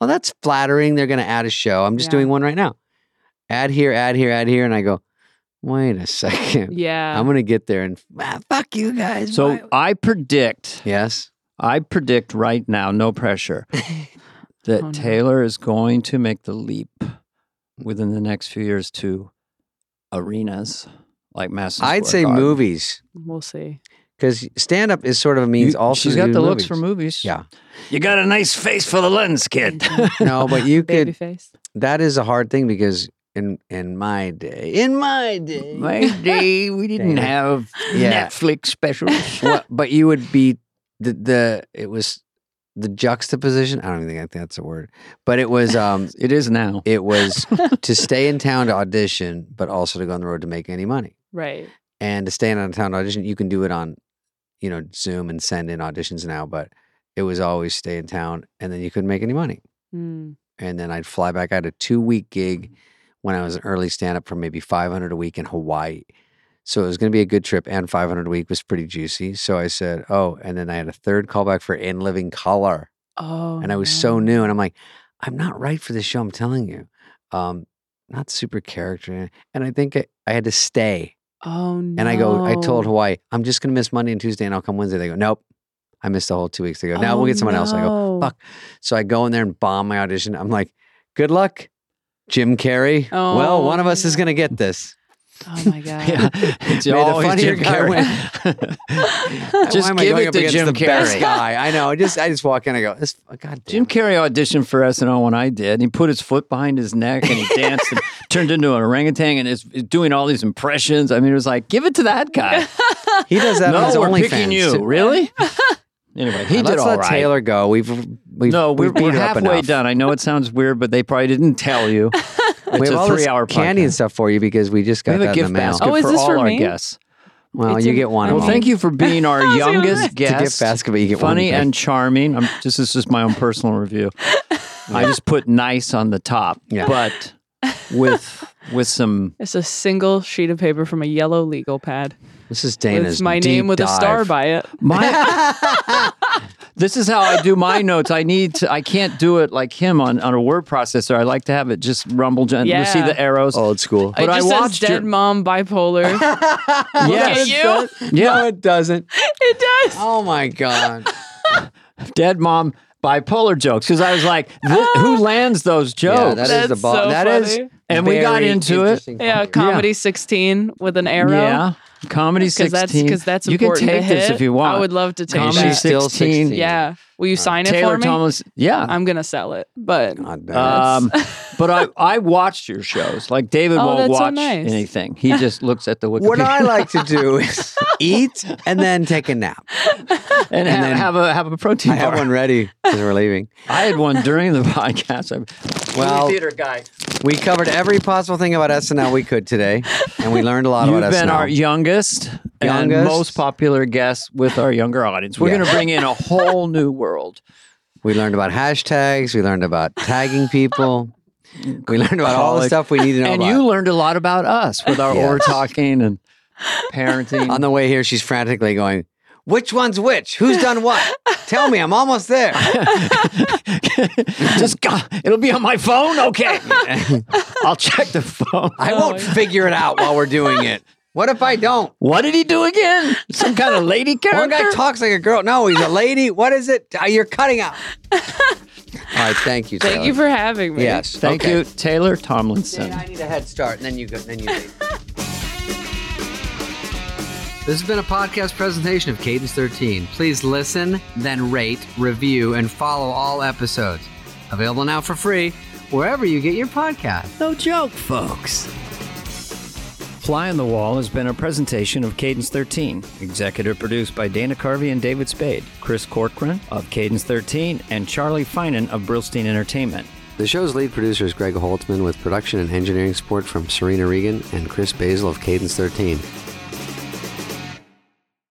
Oh, that's flattering. They're gonna add a show. I'm just Yeah. doing one right now. Add here, add here, add here. And I go, wait a second. yeah. I'm gonna get there and ah, fuck you guys. So Why- I predict, Yes. I predict right now, no pressure, that Oh, no. Taylor is going to make the leap within the next few years to arenas like Madison. I'd Square say Garden. movies. we'll see. Because stand up is sort of a means You- also. she's to got do the looks movies. for movies. Yeah. you got a nice face for the lens, kid. No, but you could Baby face. that is a hard thing because in in my day, in my day, My day, we didn't Dana. have Yeah. Netflix specials. well, but you would be the the it was the juxtaposition. I don't think I think that's a word, but it was um, It is now. it was to stay in town to audition, but also to go on the road to make any money. Right. And to stay in on town to audition, you can do it on, you know, Zoom and send in auditions now. But it was always stay in town, and then you couldn't make any money. Mm. and then I'd fly back. I had a two week gig when I was an early stand up for maybe 500 a week in Hawaii. So it was going to be a good trip, and 500 a week was pretty juicy. So I said, Oh, and then I had a third callback for In Living Color. Oh. and I was so new, and I'm like, I'm not right for this show. I'm telling you. Um, not super character. And I think I, I had to stay. Oh no. And I go, I told Hawaii, I'm just going to miss Monday and Tuesday, and I'll come Wednesday. They go, Nope. I missed the whole two weeks. They go, Now we'll Oh, Oh, get someone else. I go, "Fuck." So I go in there and bomb my audition. I'm like, good luck, Jim Carrey. well, Oh, one of us is no. going to get this. Oh my god. Yeah, it's May the always funnier Jim guy Carrey. Why just am I give going it up to against Jim the best Carrey. guy? I know. I just, I just walk in. I go, this, oh, God damn Jim it." Carrey auditioned for SNL when I did, and he put his foot behind his neck and he danced and turned into an orangutan and is is doing all these impressions. I mean, it was like, give it to that guy. He does that on no, his we're OnlyFans. picking you. too. Really? Anyway, he Let's did all let right. Taylor go. We've, we've no, we've we're, beat we're her up halfway enough. done. I know it sounds weird, but they probably didn't tell you. we It's have a all this three-hour candy and podcast. stuff for you because we just We got have a that in the gift mail. basket Oh, is for this all for our me? guests. well, it's you in- get one. Well, of them. thank you for being our was gonna youngest ask. It's a gift guest. basket, but you get one funny gift. and charming. I'm just this is my own personal review. I just put nice on the top, Yeah. but with with some It's a single sheet of paper from a yellow legal pad. This is It's Dana's my deep name with a star dive. by it. my. this is how I do my notes. I need to. I can't do it like him on on a word processor. I like to have it just rumble. gen- You see Yeah. the arrows. old school. But it I just watched says your- dead mom bipolar. yes, you. yeah. it doesn't. it does. Oh my god. Dead mom bipolar jokes because I was like, th- who lands those yeah, jokes? that is That's the ball. so That is, funny. And we got very into it. interesting Yeah, comedy. comedy 16 with an arrow. Yeah. Comedy sixteen. Because that's because that's you can important take to this hit. if you want. I would love to take Comedy that. She's still 16. 16. Yeah. Will you sign it Taylor for me? Thomas. Yeah. I'm gonna sell it, but God damn it. Um, but I, I watched your shows. Like David Oh, won't that's so watch nice. anything. He just looks at the Wikipedia what I like to do is eat and then take a nap. and, ha- then- have a have a protein I have bar. one ready because we're leaving. I had one during the podcast. I'm Well, theater guy. We covered every possible thing about SNL we could today, and we learned a lot You've about been SNL. our youngest, and Oh, Youngest. most popular guest with our younger audience. We're Yes. going to bring in a whole new world. we learned about hashtags. We learned about tagging people. We learned about all the Colic. stuff we need to know. and about. you learned a lot about us with our Yes. over talking and parenting. On the way here, she's frantically going, Which one's which? Who's done what? Tell me, I'm almost there. just go, it'll be on my phone. Okay, I'll check the phone. I won't figure it out while we're doing it. What if I don't? What did he do again? Some kind of lady character? One guy talks like a girl. No, he's a lady. What is it? Uh, You're cutting out. All right, thank you. thank Taylor. you for having me. Yes, Thank okay. you, Oh, Taylor Tomlinson. Yeah, I need a head start, and then you go. Then you. leave. This has been a podcast presentation of Cadence 13. Please listen, then rate, review, and follow all episodes. Available now for free wherever you get your podcast. No joke, folks. Fly on the Wall has been a presentation of Cadence 13, executive produced by Dana Carvey and David Spade, Chris Corcoran of Cadence 13, and Charlie Finan of Brillstein Entertainment. The show's lead producer is Greg Holtzman with production and engineering support from Serena Regan and Chris Basil of Cadence 13.